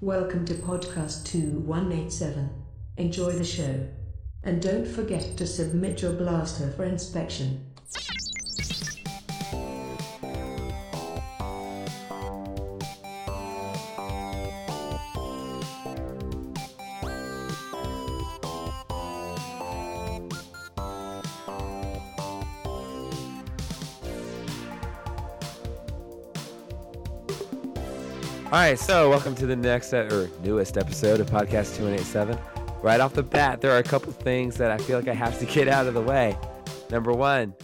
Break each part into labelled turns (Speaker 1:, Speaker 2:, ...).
Speaker 1: Welcome to Podcast 2187. Enjoy the show. And don't forget to submit your blaster for inspection.
Speaker 2: All right, so welcome to the next uh, or newest episode of Podcast 2187. Right off the bat, there are a couple things that I feel like I have to get out of the way. Number one,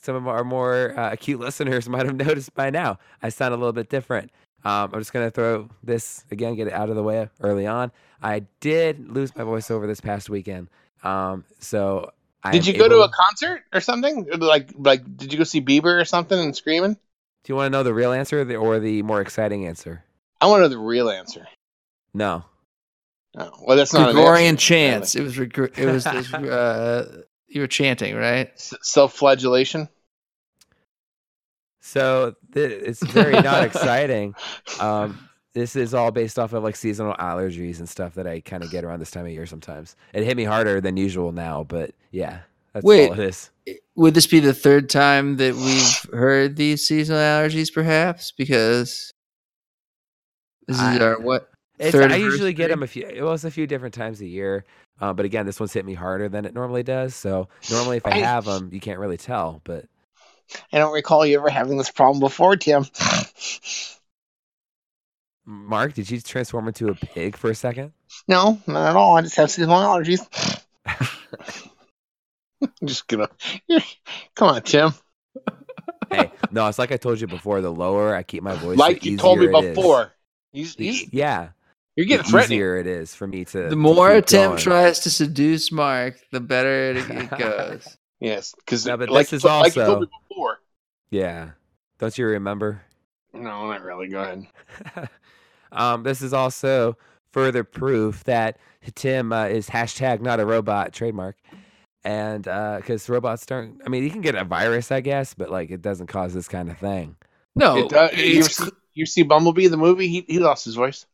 Speaker 2: some of our more uh, acute listeners might have noticed by now, I sound a little bit different. Um, I'm just going to throw this again, get it out of the way early on. I did lose my voiceover this past weekend. Um, so I
Speaker 3: Did
Speaker 2: am
Speaker 3: you go to
Speaker 2: able-
Speaker 3: a concert or something? Like, like, did you go see Bieber or something and screaming?
Speaker 2: Do you want to know the real answer or the, or the more exciting answer?
Speaker 3: I want to know the real answer.
Speaker 2: No.
Speaker 3: Oh, well, that's not
Speaker 4: Gregorian
Speaker 3: an
Speaker 4: chants. It was regr- it was this, uh, you were chanting, right?
Speaker 3: self-flagellation.
Speaker 2: So th- it's very not exciting. Um, this is all based off of like seasonal allergies and stuff that I kind of get around this time of year sometimes. It hit me harder than usual now, but yeah, that's
Speaker 4: Wait.
Speaker 2: all it is.
Speaker 4: Would this be the third time that we've heard these seasonal allergies? Perhaps because this is
Speaker 2: I-
Speaker 4: our what?
Speaker 2: It's,
Speaker 4: Third
Speaker 2: I usually get
Speaker 4: anniversary?
Speaker 2: them a few, well, it's a few different times a year. Uh, but again, this one's hit me harder than it normally does. So normally, if I
Speaker 3: I-
Speaker 2: have them, you can't really tell. But
Speaker 3: I don't recall you ever having this problem before, Tim.
Speaker 2: Mark, did you transform into a pig for a second?
Speaker 3: no, not at all. I just have seasonal allergies. I'm just gonna. You're, come on, Tim.
Speaker 2: hey, no, it's like I told you before. The lower I keep my voice, the
Speaker 3: like you told me
Speaker 2: easier it is.
Speaker 3: before. He's,
Speaker 2: The- e,
Speaker 3: he's,
Speaker 2: yeah,
Speaker 3: you're getting
Speaker 2: the
Speaker 3: threatening.
Speaker 2: easier it is for me to.
Speaker 4: The more Tim
Speaker 2: try.
Speaker 4: tries to seduce Mark, the better it, it goes.
Speaker 3: Yes, because
Speaker 2: No, but
Speaker 3: like,
Speaker 2: this is
Speaker 3: you- like you told
Speaker 2: also-
Speaker 3: me before.
Speaker 2: Yeah. Don't you remember?
Speaker 3: No, not really. Go ahead.
Speaker 2: um, this is also further proof that Tim uh, is hashtag not a robot trademark. And because robots don't, I mean, you can get a virus, I guess, but like it doesn't cause this kind of thing.
Speaker 4: No,
Speaker 3: It does- you,
Speaker 4: Oh, it's-
Speaker 3: see, you see Bumblebee the movie? He he lost his voice.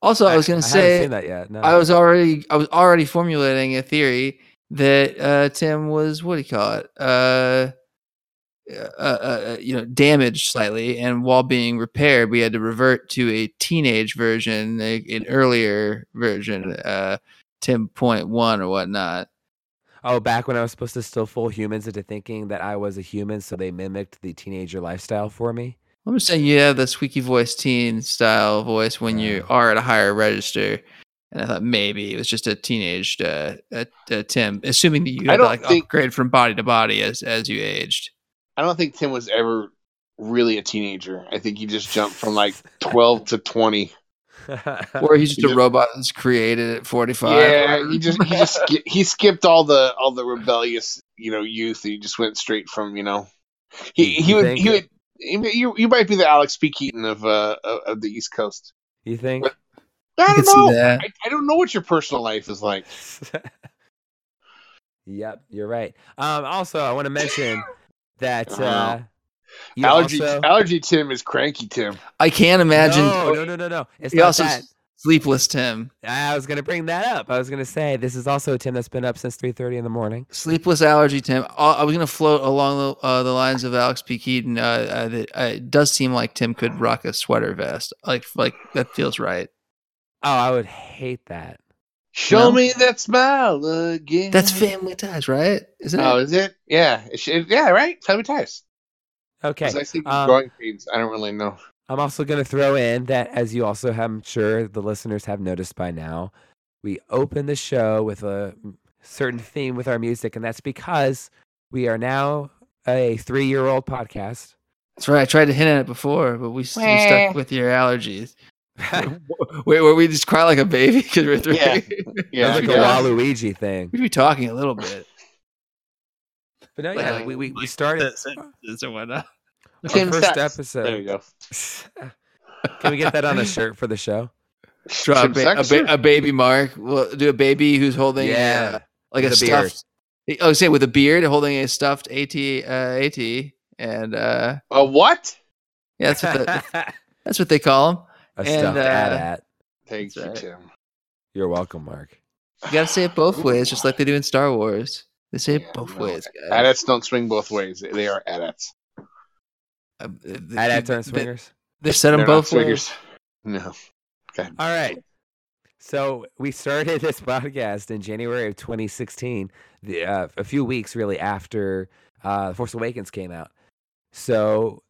Speaker 4: also I was going to
Speaker 2: haven't
Speaker 4: say
Speaker 2: seen that yet. No.
Speaker 4: I was already I was already formulating a theory that uh, Tim was what do you call it? Uh, uh, uh, uh, you know, damaged slightly, and while being repaired, we had to revert to a teenage version, a, an earlier version, uh, ten point one or whatnot.
Speaker 2: Oh, back when I was supposed to still fool humans into thinking that I was a human, so they mimicked the teenager lifestyle for me.
Speaker 4: I'm just saying you have the squeaky voice, teen style voice when you
Speaker 2: Yeah.
Speaker 4: are at a higher register. And I thought maybe it was just a teenage uh, uh, uh, Tim, assuming that you
Speaker 3: I
Speaker 4: had to
Speaker 3: don't
Speaker 4: like
Speaker 3: think-
Speaker 4: upgrade from body to body as as you aged.
Speaker 3: I don't think Tim was ever really a teenager. I think he just jumped from like 12 to 20.
Speaker 4: or he's just
Speaker 3: You
Speaker 4: a
Speaker 3: just-
Speaker 4: robot that's created at 45.
Speaker 3: Yeah, he just he just ski- he skipped all the all the rebellious, you know, youth. He just went straight from, you know. He he
Speaker 2: You
Speaker 3: would
Speaker 2: think
Speaker 3: he
Speaker 2: it-
Speaker 3: would he- you you might be the Alex P. Keaton of uh of of the East Coast.
Speaker 2: you think?
Speaker 3: I
Speaker 4: I could
Speaker 3: don't
Speaker 4: see
Speaker 3: know.
Speaker 4: that.
Speaker 3: I, I don't know what your personal life is like.
Speaker 2: yep, you're right. Um, also, I want to mention that
Speaker 3: Uh-huh.
Speaker 2: uh, you
Speaker 3: allergy
Speaker 2: also-
Speaker 3: allergy Tim is cranky Tim.
Speaker 4: I can't imagine
Speaker 2: No, no, no, no, no. It's
Speaker 4: he
Speaker 2: not
Speaker 4: also
Speaker 2: that.
Speaker 4: sleepless Tim.
Speaker 2: I was gonna bring that up. I was gonna say this is also a Tim that's been up since three thirty in the morning.
Speaker 4: Sleepless allergy Tim. I I was going to float along the, uh, the lines of Alex P. Keaton. Uh, uh, that, uh, it does seem like Tim could rock a sweater vest. Like, like that feels right.
Speaker 2: Oh, I would hate that.
Speaker 3: Show
Speaker 4: No.
Speaker 3: me that smile again.
Speaker 4: That's family ties, right? Isn't
Speaker 3: Oh,
Speaker 4: it?
Speaker 3: is it? Yeah, it should, yeah, right. Family ties.
Speaker 2: Okay,
Speaker 3: Was I thinking
Speaker 2: um,
Speaker 3: growing pains? I don't really know.
Speaker 2: I'm also gonna throw in that as you also have, I'm sure the listeners have noticed by now, we open the show with a certain theme with our music, and that's because we are now a three-year-old podcast.
Speaker 4: That's right. I tried to hint at it before, but we, s- we stuck with your allergies. Wait, were we just cry like a baby because we're three?
Speaker 3: Yeah. Yeah,
Speaker 2: That was like
Speaker 3: yeah.
Speaker 2: a Waluigi thing.
Speaker 4: We'd be talking a little bit.
Speaker 2: But no,
Speaker 4: Like,
Speaker 2: yeah,
Speaker 4: like-
Speaker 2: we, we, we
Speaker 4: like
Speaker 2: started
Speaker 4: and whatnot.
Speaker 2: our
Speaker 3: Tim
Speaker 2: first
Speaker 3: Sutz. There you
Speaker 2: episode.
Speaker 3: go.
Speaker 2: Can we get that on a shirt for the show?
Speaker 4: Draw a,
Speaker 3: Some
Speaker 4: ba- a,
Speaker 3: sex
Speaker 4: ba-
Speaker 3: shirt.
Speaker 4: a baby mark. We'll do a baby who's holding uh, like a,
Speaker 2: with a beard.
Speaker 4: stuffed. Oh, say with a beard, holding a stuffed AT uh, AT, and uh,
Speaker 3: A what?
Speaker 4: yeah, that's what the, that's what they call him.
Speaker 2: a
Speaker 4: and,
Speaker 2: stuffed
Speaker 4: uh,
Speaker 2: ad at.
Speaker 3: Thank
Speaker 4: That's
Speaker 3: you,
Speaker 4: right.
Speaker 3: Tim.
Speaker 2: You're welcome, Mark.
Speaker 4: You gotta say it both ways, just like they do in Star Wars. They say
Speaker 3: Yeah,
Speaker 4: it both
Speaker 3: no,
Speaker 4: ways, guys.
Speaker 3: Adats don't swing both ways. They are adats.
Speaker 4: Uh, th- th-
Speaker 2: At at
Speaker 4: th-
Speaker 2: turn
Speaker 4: th-
Speaker 2: swingers.
Speaker 4: They said
Speaker 3: They're
Speaker 4: them
Speaker 3: not
Speaker 4: both ways.
Speaker 3: swingers. No. God.
Speaker 2: All right. So we started this podcast in January of 2016, the, uh, a few weeks really after uh, Force Awakens came out. So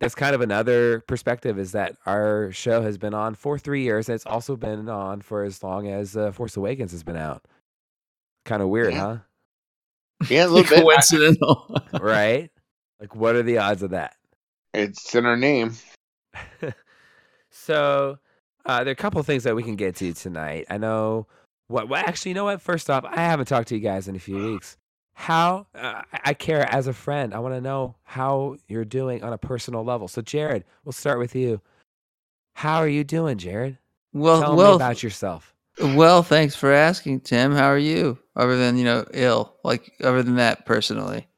Speaker 2: that's kind of another perspective is that our show has been on for three years. and It's also been on for as long as uh, Force Awakens has been out. Kind of weird,
Speaker 3: Yeah.
Speaker 2: huh?
Speaker 3: Yeah, a little bit.
Speaker 4: Coincidental.
Speaker 2: right? Like, what are the odds of that?
Speaker 3: It's in our name.
Speaker 2: so uh, there are a couple of things that we can get to tonight. I know what. Well, actually, you know what? First off, I haven't talked to you guys in a few weeks. How uh, I- I care as a friend. I want to know how you're doing on a personal level. So, Jared, we'll start with you. How are you doing, Jared?
Speaker 4: Well,
Speaker 2: Tell me
Speaker 4: well,
Speaker 2: about yourself.
Speaker 4: well. Thanks for asking, Tim. How are you? Other than you know, ill. Like other than that, personally,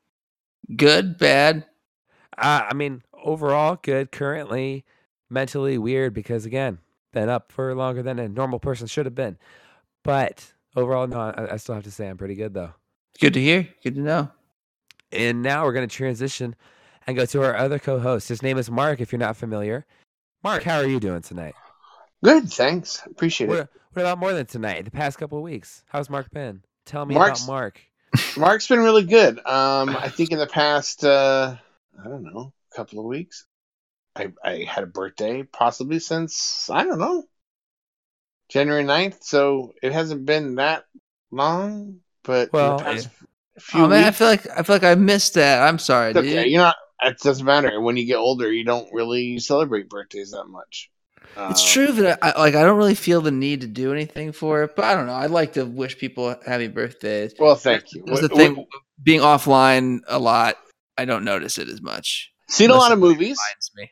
Speaker 4: good, bad.
Speaker 2: Uh, I mean, overall, good. Currently, mentally weird because again, been up for longer than a normal person should have been. But overall, no, I, I still have to say I'm pretty good though.
Speaker 4: Good to hear. Good to know.
Speaker 2: And now we're going to transition and go to our other co-host. His name is Mark. If you're not familiar, Mark, how are you doing tonight?
Speaker 3: Good, thanks. Appreciate it.
Speaker 2: What, what about more than tonight? The past couple of weeks, how's Mark been? Tell me
Speaker 3: Mark's-
Speaker 2: about Mark.
Speaker 3: Mark's been really good. Um, I think in the past, uh, I don't know, couple of weeks, I, I had a birthday possibly since, I don't know, January 9th. So it hasn't been that long, but in the
Speaker 2: Well,
Speaker 3: past few
Speaker 4: Oh man, I
Speaker 3: weeks-
Speaker 4: feel like I feel like I missed that. I'm sorry,
Speaker 3: it's okay.
Speaker 4: dude.
Speaker 3: You're not, it doesn't matter. When you get older, you don't really celebrate birthdays that much.
Speaker 4: It's
Speaker 3: Um,
Speaker 4: true that I I- like I don't really feel the need to do anything for it, but I don't know. I'd like to wish people happy birthdays.
Speaker 3: Well, thank you.
Speaker 4: That's
Speaker 3: Wh-
Speaker 4: the
Speaker 3: wh-
Speaker 4: thing. Being offline a lot, I don't notice it as much.
Speaker 3: Seen a
Speaker 4: Unless
Speaker 3: lot of
Speaker 4: somebody
Speaker 3: movies.
Speaker 4: reminds me.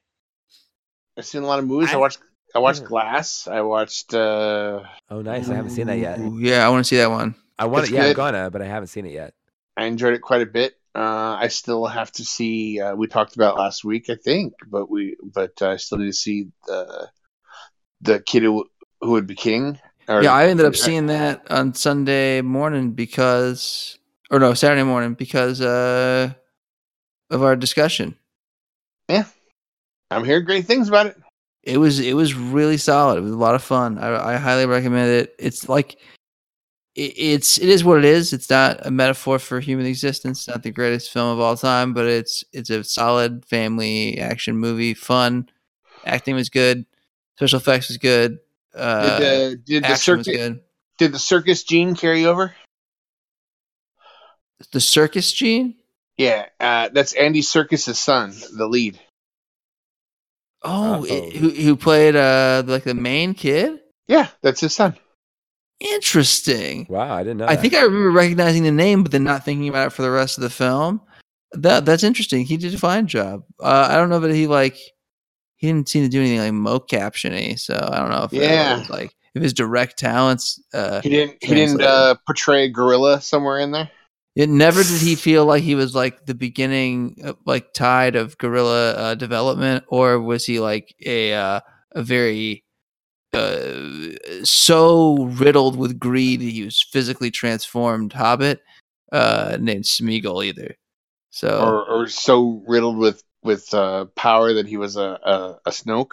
Speaker 3: I've seen a lot of movies. I,
Speaker 2: I-
Speaker 3: watched. I watched
Speaker 2: Mhm.
Speaker 3: Glass. I watched. uh
Speaker 2: Oh, nice. I haven't seen that yet.
Speaker 4: Ooh, yeah, I want to see that one.
Speaker 2: I want
Speaker 3: Mm, It's
Speaker 2: it. Yeah, I'm
Speaker 3: good.
Speaker 2: gonna, but I haven't seen it yet.
Speaker 3: I enjoyed it quite a bit. Uh, I still have to see. Uh, we talked about last week, I think, but we, but uh, I still need to see the the kid who, who would be king. or-
Speaker 4: Yeah, I ended up seeing that on Sunday morning because, or no, Saturday morning because uh, of our discussion.
Speaker 3: I'm hearing great things about it.
Speaker 4: It was it was really solid. It was a lot of fun. I, I highly recommend it. It's like it, it's it is what it is. It's not a metaphor for human existence. Not the greatest film of all time, but it's it's a solid family action movie. Fun acting was good. Special effects was good. Uh,
Speaker 3: Did the, did the
Speaker 4: action was
Speaker 3: circus
Speaker 4: good.
Speaker 3: did the circus gene carry over?
Speaker 4: The circus gene.
Speaker 3: Yeah, uh, that's Andy Circus's son, the lead.
Speaker 4: Oh,
Speaker 2: Uh-oh.
Speaker 4: it, who who played uh like the main kid?
Speaker 3: Yeah, that's his son.
Speaker 4: Interesting.
Speaker 2: Wow, I didn't know.
Speaker 4: I
Speaker 2: that.
Speaker 4: think I remember recognizing the name, but then not thinking about it for the rest of the film. That that's interesting. He did a fine job. Uh, I don't know, but he like he didn't seem to do anything like mocaptiony. So I don't know if that
Speaker 3: Yeah.
Speaker 4: was, like if his direct talents. Uh,
Speaker 3: He didn't. He didn't
Speaker 4: Translated.
Speaker 3: uh, portray a gorilla somewhere in there.
Speaker 4: it never did he feel like he was like the beginning uh, like tide of guerrilla uh, development, or was he like a uh, a very uh, so riddled with greed that he was physically transformed hobbit uh, named Smeagol either. So
Speaker 3: or, or so riddled with with uh, power that he was a a, a Snoke.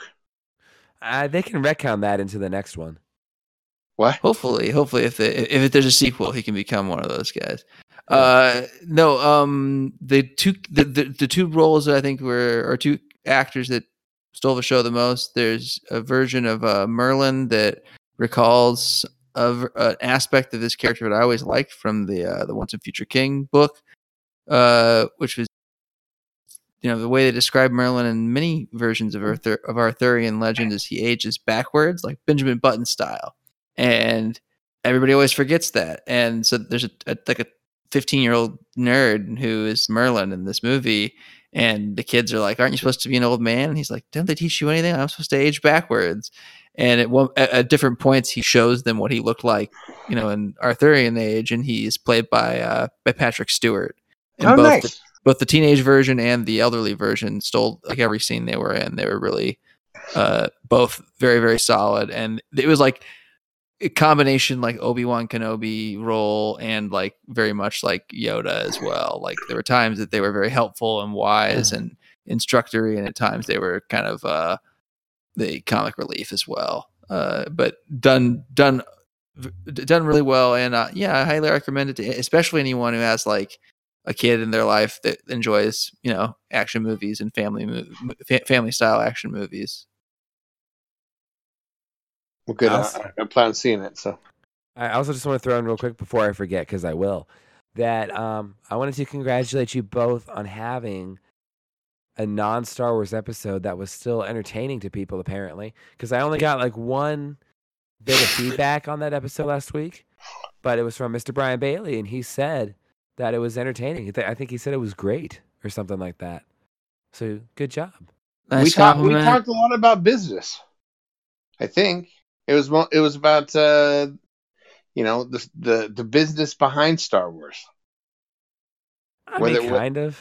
Speaker 2: uh, they can retcon that into the next one.
Speaker 3: What?
Speaker 4: hopefully, hopefully, if they, if if there's a sequel, he can become one of those guys. Uh, no, um, the two the, the the two roles that I think were or two actors that stole the show the most. There's a version of uh, Merlin that recalls a v an aspect of this character that I always liked from the uh, the Once and Future King book, uh, which was you know the way they describe Merlin in many versions of Arthur of Arthurian legend is he ages backwards, like Benjamin Button style, and everybody always forgets that. And so there's a, a like a 15 year old nerd who is Merlin in this movie. And the kids are like, "Aren't you supposed to be an old man?" And he's like, "Don't they teach you anything? I'm supposed to age backwards." And at one at, at different points, he shows them what he looked like, you know, in Arthurian age, and he's played by uh, by Patrick Stewart. And
Speaker 3: Oh,
Speaker 4: both
Speaker 3: nice.
Speaker 4: the, both the teenage version and the elderly version stole like every scene they were in. They were really Uh, both very very solid, and it was like a combination like Obi Wan Kenobi role and like very much like Yoda as well. Like there were times that they were very helpful and wise and instructory, and at times they were kind of uh, the comic relief as well. Uh, but done done v- done really well, and uh, yeah, I highly recommend it to especially anyone who has like a kid in their life that enjoys you know action movies and family mov- fa- family style action movies.
Speaker 3: Well, good. I,
Speaker 2: Awesome.
Speaker 3: I plan on seeing it. So
Speaker 2: I also just want to throw in real quick before I forget, because I will, that um, I wanted to congratulate you both on having a non Star Wars episode that was still entertaining to people, apparently, because I only got like one bit of feedback on that episode last week, but it was from Mr. Brian Bailey, and he said that it was entertaining. He th- I think he said it was great or something like that. So good job.
Speaker 3: we
Speaker 4: Nice
Speaker 3: talked. We
Speaker 4: compliment.
Speaker 3: talked a lot about business. I think it was. mo- It was about uh, you know the the the business behind Star Wars.
Speaker 2: I
Speaker 3: Whether
Speaker 2: mean,
Speaker 3: what-
Speaker 2: kind of.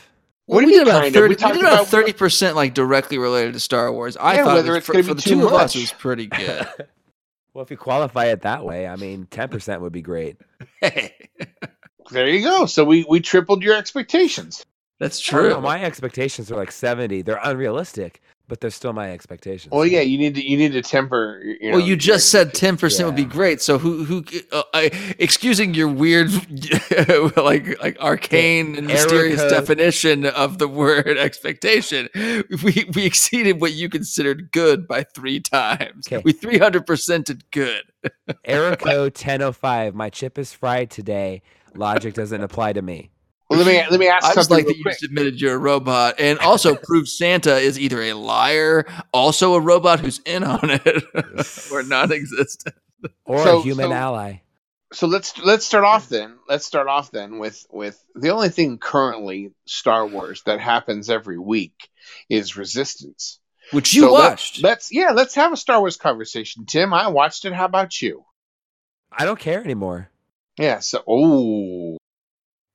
Speaker 4: Well,
Speaker 3: What do
Speaker 4: we
Speaker 3: you
Speaker 4: did
Speaker 3: mean
Speaker 4: about
Speaker 3: kind of?
Speaker 4: thirty.
Speaker 3: We
Speaker 4: We,
Speaker 3: talked
Speaker 4: did about
Speaker 3: about-
Speaker 4: thirty percent, like directly related to Star Wars. I
Speaker 3: Yeah,
Speaker 4: thought it
Speaker 3: whether
Speaker 4: was,
Speaker 3: it's
Speaker 4: for,
Speaker 3: gonna
Speaker 4: for
Speaker 3: be
Speaker 4: the
Speaker 3: too
Speaker 4: two of us,
Speaker 3: much.
Speaker 4: it was pretty good.
Speaker 2: well, if you qualify it that way, I mean, 10% would be great.
Speaker 3: There you go. So we we tripled your expectations.
Speaker 4: That's
Speaker 2: I don't
Speaker 4: true.
Speaker 2: know, my expectations are like 70. They're unrealistic, but they're still my expectations.
Speaker 3: Well, yeah, you need to you need to temper. y- You know,
Speaker 4: well, you
Speaker 3: your
Speaker 4: just said
Speaker 3: expectations.
Speaker 4: ten percent would be
Speaker 2: Yeah.
Speaker 4: great. So who who uh, I, excusing your weird like like arcane and
Speaker 2: The error
Speaker 4: mysterious
Speaker 2: code.
Speaker 4: definition of the word expectation, we we exceeded what you considered good by three times.
Speaker 2: Okay.
Speaker 4: We three hundred percented good.
Speaker 2: Erico 1005. My chip is fried today. Logic doesn't apply to me.
Speaker 3: Well, let me let me ask
Speaker 4: I just
Speaker 3: something
Speaker 4: like
Speaker 3: real
Speaker 4: that you
Speaker 3: quick.
Speaker 4: just admitted you're a robot and also proved Santa is either a liar, also a robot who's in on it, or non existent.
Speaker 2: Or
Speaker 3: So-
Speaker 2: a human
Speaker 3: so-
Speaker 2: ally.
Speaker 3: so let's let's start off then. Let's start off then with with the only thing currently Star Wars that happens every week is Resistance.
Speaker 4: Which you
Speaker 3: So let-
Speaker 4: watched.
Speaker 3: Let's yeah, let's have a Star Wars conversation, Tim. I watched it. How about you?
Speaker 2: I don't care anymore.
Speaker 3: Yeah. So oh,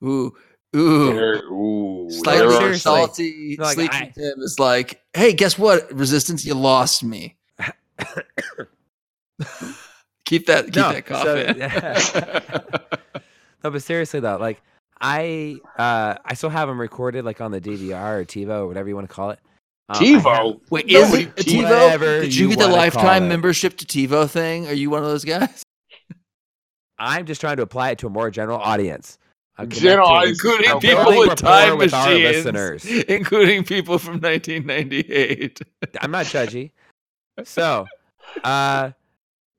Speaker 4: ooh, ooh.
Speaker 3: there, ooh,
Speaker 4: Slightly
Speaker 3: there are
Speaker 2: serious. seriously.
Speaker 4: salty,
Speaker 2: Like,
Speaker 4: sleepy
Speaker 2: I-
Speaker 4: Tim is like, hey, guess what? Resistance, you lost me. keep that, keep
Speaker 2: No,
Speaker 4: that
Speaker 2: so-
Speaker 4: cough in.
Speaker 2: No, but seriously though, like I uh I still have them recorded like on the DVR or TiVo or whatever you want to call it. Um, I have-
Speaker 3: TiVo.
Speaker 4: Wait,
Speaker 3: No,
Speaker 4: is
Speaker 3: we-
Speaker 4: it a
Speaker 2: T-
Speaker 4: TiVo?
Speaker 2: whatever
Speaker 4: Did you,
Speaker 2: you
Speaker 4: get the
Speaker 2: wanna call
Speaker 4: lifetime
Speaker 2: it.
Speaker 4: membership to TiVo thing? Are you one of those guys?
Speaker 2: I'm just trying to apply it to a more general audience. I'm
Speaker 3: General
Speaker 2: connecting-
Speaker 3: audience. Including
Speaker 2: I'm
Speaker 3: people
Speaker 2: building
Speaker 3: with
Speaker 2: rapport with our listeners.
Speaker 4: including people from 1998.
Speaker 2: I'm not judgy. So, uh,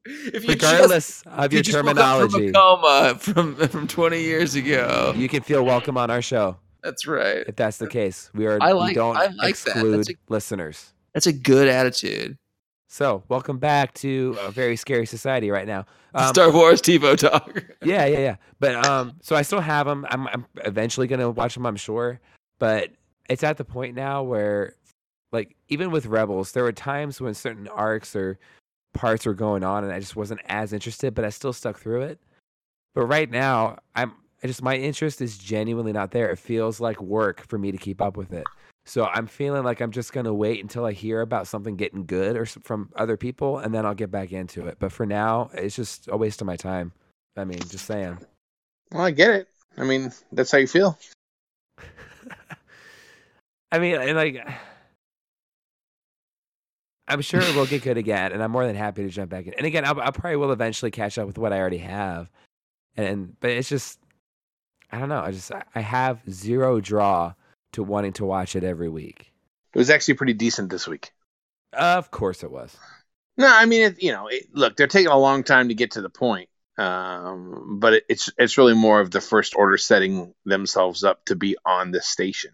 Speaker 4: If you just,
Speaker 2: regardless of
Speaker 4: you
Speaker 2: your
Speaker 4: just woke up
Speaker 2: terminology,
Speaker 4: from a coma from from 20 years ago.
Speaker 2: you can feel welcome on our show
Speaker 4: That's right.
Speaker 2: if that's the case. We are
Speaker 4: I like-
Speaker 2: we don't
Speaker 4: I like that. That's
Speaker 2: exclude
Speaker 4: a-
Speaker 2: listeners.
Speaker 4: That's a good attitude.
Speaker 2: So, welcome back to a very scary society right now. Um,
Speaker 4: Star Wars TiVo talk.
Speaker 2: yeah, yeah, yeah. But um, so I still have them. I'm, I'm eventually gonna watch them. I'm sure. But it's at the point now where, like, even with Rebels, there were times when certain arcs or parts were going on, and I just wasn't as interested. But I still stuck through it. But right now, I'm I just my interest is genuinely not there. It feels like work for me to keep up with it. So I'm feeling like I'm just gonna wait until I hear about something getting good or s- from other people, and then I'll get back into it. But for now, it's just a waste of my time. I mean, just saying.
Speaker 3: Well, I get it. I mean, that's how you feel.
Speaker 2: I mean, and like, I'm sure it will get good again, and I'm more than happy to jump back in. And again, I, I probably will eventually catch up with what I already have. And but it's just, I don't know. I just I- I have zero draw to wanting to watch it every week.
Speaker 3: It was actually pretty decent this week.
Speaker 2: Of course, it was.
Speaker 3: No, I mean, it, you know, it, look, they're taking a long time to get to the point, um, but it, it's it's really more of the first order setting themselves up to be on this station.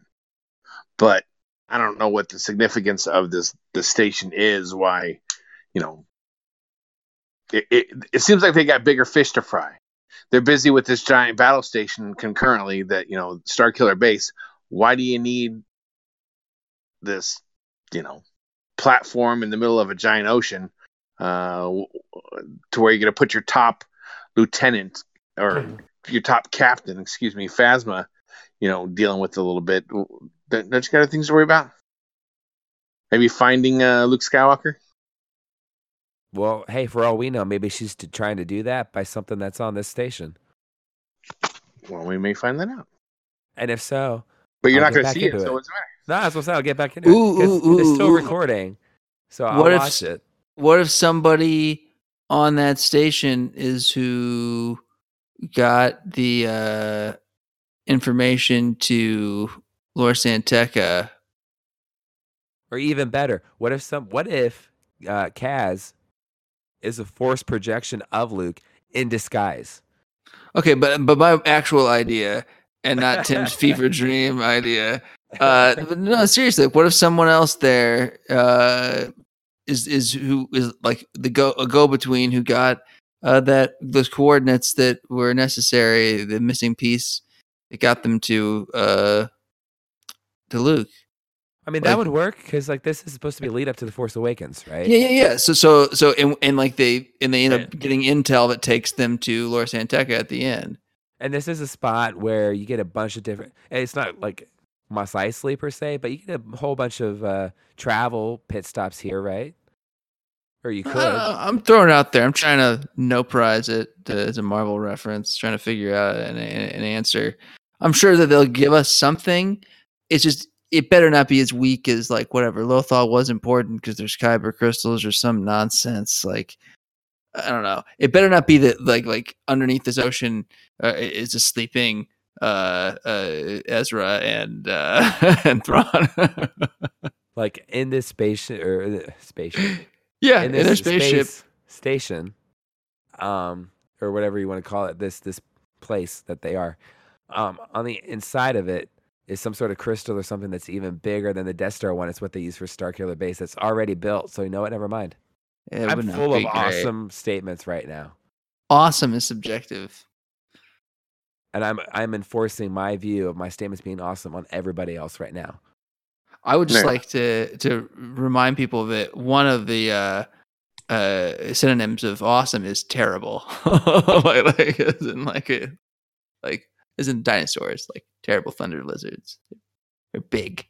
Speaker 3: But I don't know what the significance of this the station is. Why, you know, it, it it seems like they got bigger fish to fry. They're busy with this giant battle station concurrently that you know Star Killer Base. Why do you need this? You know, platform in the middle of a giant ocean uh, w- w- to where you're going to put your top lieutenant or
Speaker 2: Hmm.
Speaker 3: your top captain, excuse me, Phasma, you know, dealing with a little bit. Don't, don't you got other things to worry about? Maybe finding uh, Luke Skywalker?
Speaker 2: Well, hey, for all we know, maybe she's t- trying to do that by something that's on this station.
Speaker 3: Well, we may find that out.
Speaker 2: And if so,
Speaker 3: But you're
Speaker 2: I'll get
Speaker 3: not going to
Speaker 2: back
Speaker 3: see it,
Speaker 2: into
Speaker 3: so
Speaker 2: it.
Speaker 3: what's the matter?
Speaker 2: no, that's what's I'll get back into
Speaker 4: Ooh,
Speaker 2: it. 'cause
Speaker 4: ooh,
Speaker 2: it's
Speaker 4: ooh,
Speaker 2: still
Speaker 4: ooh.
Speaker 2: recording. So I'll
Speaker 4: What if
Speaker 2: watch
Speaker 4: s-
Speaker 2: it.
Speaker 4: What if somebody on that station is who got the uh, information to Laura Santeca?
Speaker 2: Or even better, what if some what if uh Kaz is a forced projection of Luke in disguise?
Speaker 4: Okay, but but my actual idea and not Tim's fever dream idea. Uh, but no, seriously, what if someone else there uh, is is who is like the go a go between who got uh, that those coordinates that were necessary, the missing piece that got them to uh, to Luke.
Speaker 2: I mean, that
Speaker 4: Like-
Speaker 2: would work because like this is supposed to be a lead up to the Force Awakens, right?
Speaker 4: Yeah, yeah, yeah. So so so and, and like they and they end
Speaker 2: Yeah.
Speaker 4: up getting intel that takes them to Laura Santeca at the end.
Speaker 2: And this is a spot where you get a bunch of different. and It's not like Mos Eisley per se, but you get a whole bunch of uh, travel pit stops here, right? Or you
Speaker 4: I
Speaker 2: could.
Speaker 4: don't know. I'm throwing it out there. I'm trying to no prize it to, as a Marvel reference, trying to figure out an, an, an answer. I'm sure that they'll give us something. It's just it better not be as weak as like whatever Lothal was important because there's kyber crystals or some nonsense. Like I don't know. It better not be that like like underneath this ocean uh, i- is a sleeping uh, uh, Ezra and uh, and Thrawn.
Speaker 2: Like in this spaceship or uh, spaceship.
Speaker 4: yeah,
Speaker 2: in
Speaker 4: in
Speaker 2: this
Speaker 4: their spaceship.
Speaker 2: space station, um, or whatever you want to call it, this this place that they are. Um, on the inside of it is some sort of crystal or something that's even bigger than the Death Star one. It's what they use for Starkiller Base. That's already built. So you know what? Never mind.
Speaker 4: It
Speaker 2: I'm
Speaker 4: would not
Speaker 2: full of
Speaker 4: be great.
Speaker 2: awesome statements right now,
Speaker 4: Awesome is subjective.
Speaker 2: and I'm I'm enforcing my view of my statements being awesome on everybody else right now.
Speaker 4: I would just
Speaker 3: Yeah.
Speaker 4: like to to remind people that one of the uh, uh, synonyms of awesome is terrible. like, like isn't like a, like isn't dinosaurs like terrible thunder lizards? They're big.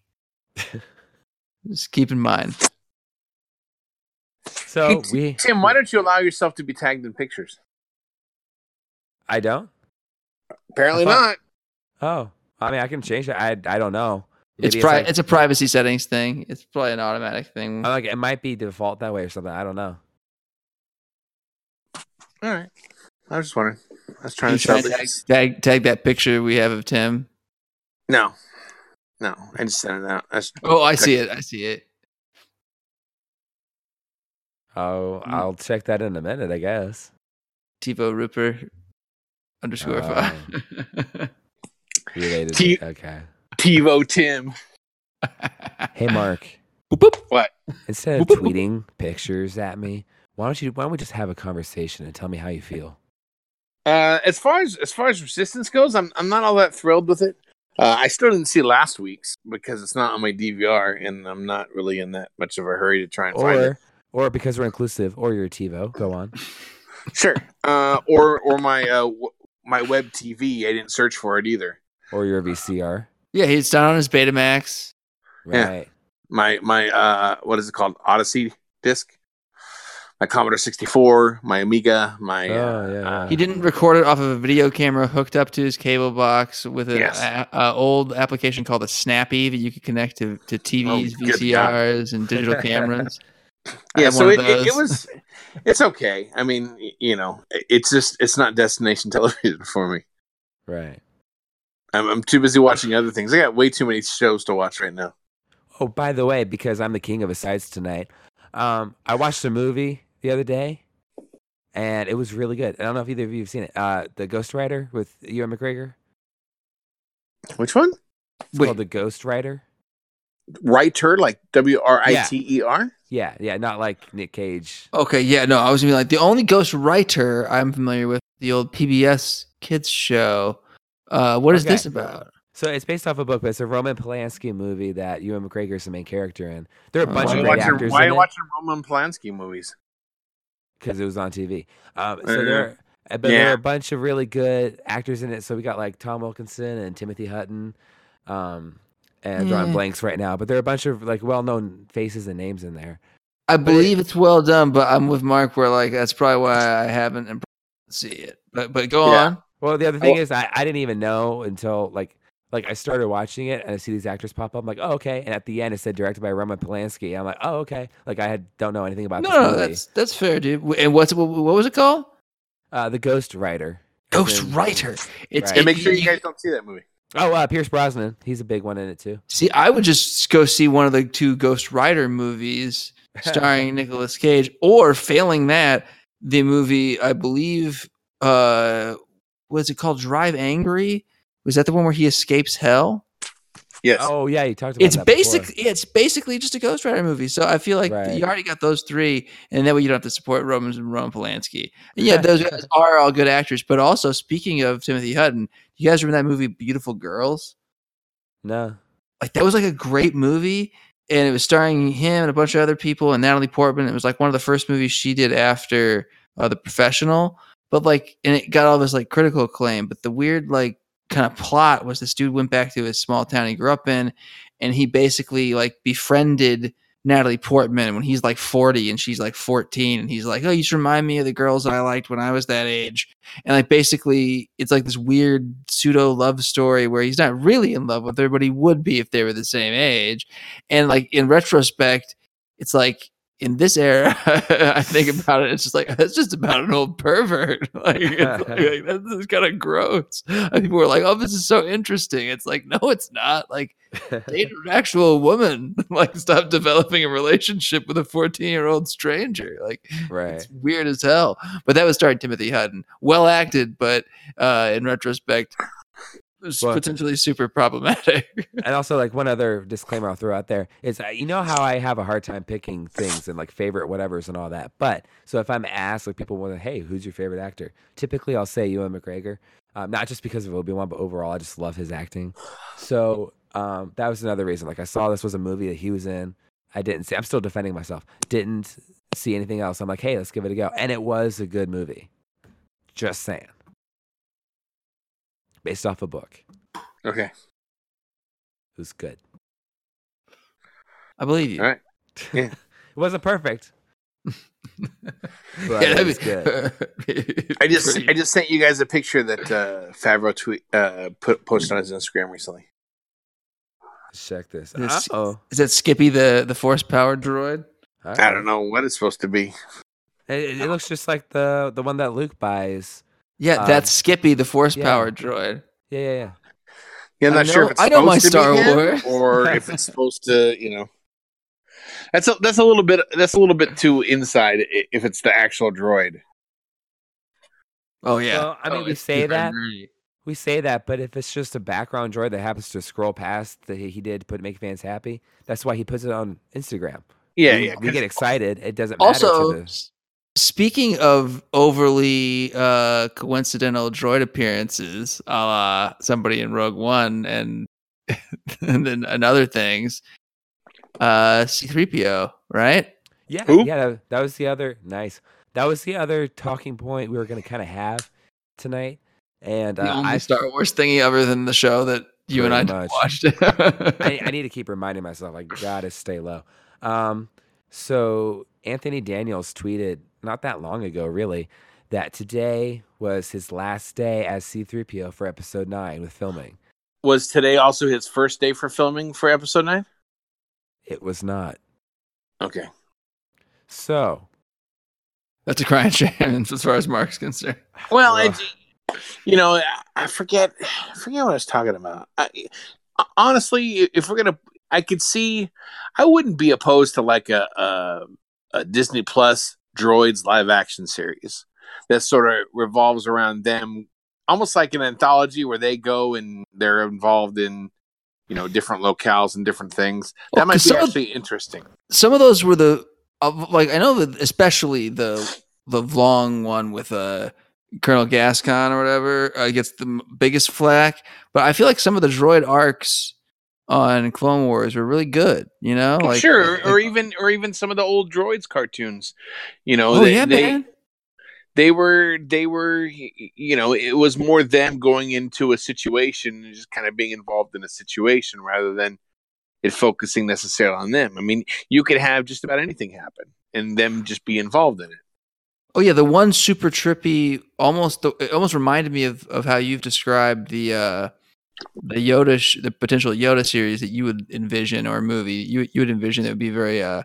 Speaker 4: just keep in mind.
Speaker 2: So we
Speaker 3: Tim, why don't you allow yourself to be tagged in pictures?
Speaker 2: I don't.
Speaker 3: Apparently
Speaker 2: I thought- Oh,
Speaker 3: not.
Speaker 2: I mean I can change it. I I don't know.
Speaker 4: It's
Speaker 2: Maybe
Speaker 4: pri-
Speaker 2: like- Oh,
Speaker 4: it's a privacy settings thing. It's probably an automatic thing.
Speaker 2: I'm like it might be default that way or something. I don't know.
Speaker 3: All right. I was just wondering. I was trying
Speaker 4: You
Speaker 3: to
Speaker 4: try
Speaker 3: stop
Speaker 4: to
Speaker 3: it.
Speaker 4: tag, tag tag that picture we have of Tim.
Speaker 3: No. No. I just sent it out. That's
Speaker 4: Oh, I see it. I see it.
Speaker 2: Oh,
Speaker 4: Mm.
Speaker 2: I'll check that in a minute, I guess.
Speaker 4: Tivo Rupert underscore five.
Speaker 2: Related.
Speaker 3: Do you-
Speaker 2: okay.
Speaker 3: TiVo Tim.
Speaker 2: Oh. Hey, Mark.
Speaker 4: Boop, boop.
Speaker 3: What?
Speaker 2: Instead of
Speaker 4: Boop, boop, boop.
Speaker 2: tweeting pictures at me, why don't you? Why don't we just have a conversation and tell me how you feel?
Speaker 3: Uh, as far as as far as resistance goes, I'm I'm not all that thrilled with it. Uh, I still didn't see last week's because it's not on my DVR, and I'm not really in that much of a hurry to try and find it.
Speaker 2: Or, or because we're inclusive, or you're a TiVo. Go on.
Speaker 3: Sure. Uh, or or my uh, w- my web TV. I didn't search for it either.
Speaker 2: Or you're a VCR.
Speaker 4: Yeah, he's down on his Betamax.
Speaker 3: Yeah.
Speaker 2: Right.
Speaker 3: My my uh, what is it called? Odyssey disc. My Commodore 64. My Amiga. My uh,
Speaker 2: Oh, yeah,
Speaker 3: uh,
Speaker 2: yeah.
Speaker 4: He didn't record it off of a video camera hooked up to his cable box with an
Speaker 3: Yes.
Speaker 4: a, a old application called a Snappy that you could connect to, to TVs,
Speaker 3: Oh, good
Speaker 4: VCRs, and digital cameras. I
Speaker 3: yeah
Speaker 4: have
Speaker 3: so
Speaker 4: one
Speaker 3: it,
Speaker 4: of
Speaker 3: it, it
Speaker 4: those.
Speaker 3: was it's okay i mean y- you know i- it's just it's not destination television for me
Speaker 2: Right.
Speaker 3: i'm, I'm too busy watching other things i got way too many shows to watch right now
Speaker 2: Oh, by the way, because I'm the king of asides tonight, um, I watched a movie the other day, and it was really good. I don't know if either of you have seen it. Uh, the Ghost Rider with Ewan McGregor.
Speaker 3: which one
Speaker 2: It's
Speaker 4: Wait,
Speaker 2: called The Ghost Rider.
Speaker 3: writer like w-r-i-t-e-r
Speaker 2: Yeah, yeah, not like Nick Cage.
Speaker 4: okay, yeah, no, I was gonna be like the only Ghost Writer I'm familiar with the old PBS kids show. Uh, what is
Speaker 2: Okay.
Speaker 4: this about?
Speaker 2: So it's based off a book, but it's a Roman Polanski movie that Ewan McGregor is the main character in. There are a
Speaker 4: Oh.
Speaker 2: bunch of
Speaker 3: why are you
Speaker 2: great
Speaker 3: watching,
Speaker 2: actors
Speaker 3: why
Speaker 2: in
Speaker 3: you
Speaker 2: it
Speaker 3: watching roman polanski movies
Speaker 2: because it was on TV. Um,
Speaker 3: Uh,
Speaker 2: so there, uh, but there are
Speaker 3: yeah.
Speaker 2: a bunch of really good actors in it. So we got like Tom Wilkinson and Timothy Hutton, um, and drawing
Speaker 4: Yeah.
Speaker 3: Mm.
Speaker 2: blanks right now. But there are a bunch of like well-known faces and names in there.
Speaker 4: I believe it's well done, but I'm with Mark where like that's probably why I haven't and see it. But but go
Speaker 3: Yeah.
Speaker 4: on.
Speaker 2: Well, the other thing is, I, I didn't even know until like like I started watching it and I see these actors pop up. I'm like, oh okay. And at the end, it said directed by Roman Polanski. I'm like, oh okay. Like I had don't know anything about
Speaker 4: No,
Speaker 2: this
Speaker 4: no,
Speaker 2: movie.
Speaker 4: that's that's fair, dude. W- And what's what, what was it called?
Speaker 2: Uh, the Ghost Rider. as
Speaker 4: Ghost
Speaker 2: in-
Speaker 4: Writer. It's
Speaker 2: Right.
Speaker 3: And make sure you guys don't see that movie.
Speaker 2: Oh, uh, Pierce Brosnan. He's a big one in it too.
Speaker 4: See, I would just go see one of the two Ghost Rider movies starring Nicolas Cage, or failing that, the movie I believe uh was it called Drive Angry? Was that the one where he escapes hell?
Speaker 3: Yes.
Speaker 2: Oh yeah, you talked about.
Speaker 4: It's
Speaker 2: that before.
Speaker 4: basically it's basically just a Ghost Rider movie. So I feel like
Speaker 2: Right.
Speaker 4: you already got those three, and that way you don't have to support Roman Roman Polanski. And yeah, those guys are all good actors. But also speaking of Timothy Hutton, you guys remember that movie Beautiful Girls?
Speaker 2: no.
Speaker 4: like that was like a great movie and it was starring him and a bunch of other people and natalie portman it was like one of the first movies she did after uh, the professional but like and it got all this like critical acclaim but the weird like kind of plot was this dude went back to his small town he grew up in and he basically like befriended natalie portman when he's like 40 and she's like 14 and he's like oh you just remind me of the girls that i liked when i was that age and like basically it's like this weird pseudo love story where he's not really in love with her but he would be if they were the same age and like in retrospect it's like in this era i think about it it's just like that's just about an old pervert like, it's like, like, this is kind of gross and people were like oh this is so interesting it's like no it's not like date an actual woman like stop developing a relationship with a 14 year old stranger like
Speaker 2: right.
Speaker 4: it's weird as hell. But that was starring Timothy Hutton. Well acted, but uh, in retrospect, it was
Speaker 2: Well-
Speaker 4: potentially super problematic.
Speaker 2: and also like one other disclaimer I'll throw out there is uh, you know how I have a hard time picking things and like favorite whatevers and all that. But so if I'm asked like people want to hey who's your favorite actor, typically I'll say Ewan McGregor, um, not just because of Obi Wan, but overall I just love his acting. So um, that was another reason. Like I saw this was a movie that he was in. I didn't see. I'm still defending myself. Didn't see anything else. I'm like hey let's give it a go, and it was a good movie. Just saying. Based off a book, it
Speaker 3: Okay.
Speaker 2: was good.
Speaker 4: I believe you.
Speaker 3: All right.
Speaker 2: It wasn't perfect. but
Speaker 4: Yeah,
Speaker 2: it
Speaker 4: that'd
Speaker 2: was
Speaker 4: be-
Speaker 2: good.
Speaker 3: I just
Speaker 4: Pretty-
Speaker 3: I just sent you guys a picture that uh, Favreau tweet uh, put posted on his Instagram recently.
Speaker 2: Check this.
Speaker 4: This-
Speaker 2: oh,
Speaker 4: is that Skippy the the force powered droid?
Speaker 3: I don't know what it's supposed to be.
Speaker 2: It, it looks just like the the one that Luke buys.
Speaker 4: Yeah,
Speaker 2: Um,
Speaker 4: that's Skippy the force
Speaker 2: yeah.
Speaker 4: powered droid.
Speaker 2: Yeah, yeah, yeah.
Speaker 3: Yeah, I'm
Speaker 4: I
Speaker 3: not sure
Speaker 4: know-
Speaker 3: if it's
Speaker 4: I know
Speaker 3: supposed
Speaker 4: my
Speaker 3: to
Speaker 4: Star
Speaker 3: be him
Speaker 4: Wars.
Speaker 3: or if it's supposed to, you know. That's a that's a little bit that's a little bit too inside i- if it's the actual droid.
Speaker 4: Oh yeah.
Speaker 2: Well, I mean,
Speaker 4: Oh,
Speaker 2: we
Speaker 4: it's
Speaker 2: say
Speaker 4: super
Speaker 2: that,
Speaker 4: nerdy.
Speaker 2: we say that, but if it's just a background droid that happens to scroll past that he he did put make fans happy, that's why he puts it on Instagram.
Speaker 3: Yeah,
Speaker 2: we,
Speaker 3: yeah.
Speaker 2: We get excited. It doesn't matter.
Speaker 4: Also,
Speaker 2: to the,
Speaker 4: s- speaking of overly uh, coincidental droid appearances, a la somebody in Rogue One, and and then and other things, uh, C-3PO, right?
Speaker 2: yeah,
Speaker 3: Who?
Speaker 2: yeah. That, that was the other nice. That was the other talking point we were gonna kind of have tonight. And uh,
Speaker 4: the only
Speaker 2: I
Speaker 4: Star Wars thingy other than the show that you and I
Speaker 2: Pretty
Speaker 4: just
Speaker 2: much.
Speaker 4: watched.
Speaker 2: I, I need to keep reminding myself, like, gotta stay low. Um, so Anthony Daniels tweeted not that long ago, really, that today was his last day as C3PO for episode nine with filming.
Speaker 3: Was today also his first day for filming for episode nine?
Speaker 2: It was not.
Speaker 3: Okay.
Speaker 2: So
Speaker 4: That's a crying shame as far as Mark's concerned.
Speaker 3: Well,
Speaker 2: Ugh.
Speaker 3: it's you know, I- I forget, I forget what I was talking about. I, honestly, if we're gonna, I could see, I wouldn't be opposed to like a a, a Disney Plus Droids live action series that sort of revolves around them, almost like an anthology where they go and they're involved in. You know, different locales and different things. That
Speaker 4: Oh,
Speaker 3: might
Speaker 4: 'cause
Speaker 3: be
Speaker 4: some of-
Speaker 3: actually interesting.
Speaker 4: some of those were the of like I know that especially the the long one with uh Colonel Gascon or whatever uh, gets the m- biggest flack, but I feel like some of the droid arcs on Clone Wars were really good. You
Speaker 2: Oh,
Speaker 4: know, like
Speaker 3: sure,
Speaker 4: like-
Speaker 3: or even or even some of the old droids cartoons. You know,
Speaker 4: oh
Speaker 3: they-
Speaker 4: yeah,
Speaker 3: they-
Speaker 4: man.
Speaker 3: they were they were y- y- you know it was more them going into a situation and just kind of being involved in a situation rather than it focusing necessarily on them. I mean, you could have just about anything happen and them just be involved in it.
Speaker 4: Oh yeah, the one super trippy almost the, it almost reminded me of, of how you've described the uh the Yoda sh- the potential Yoda series that you would envision or a movie you you would envision that would be very uh,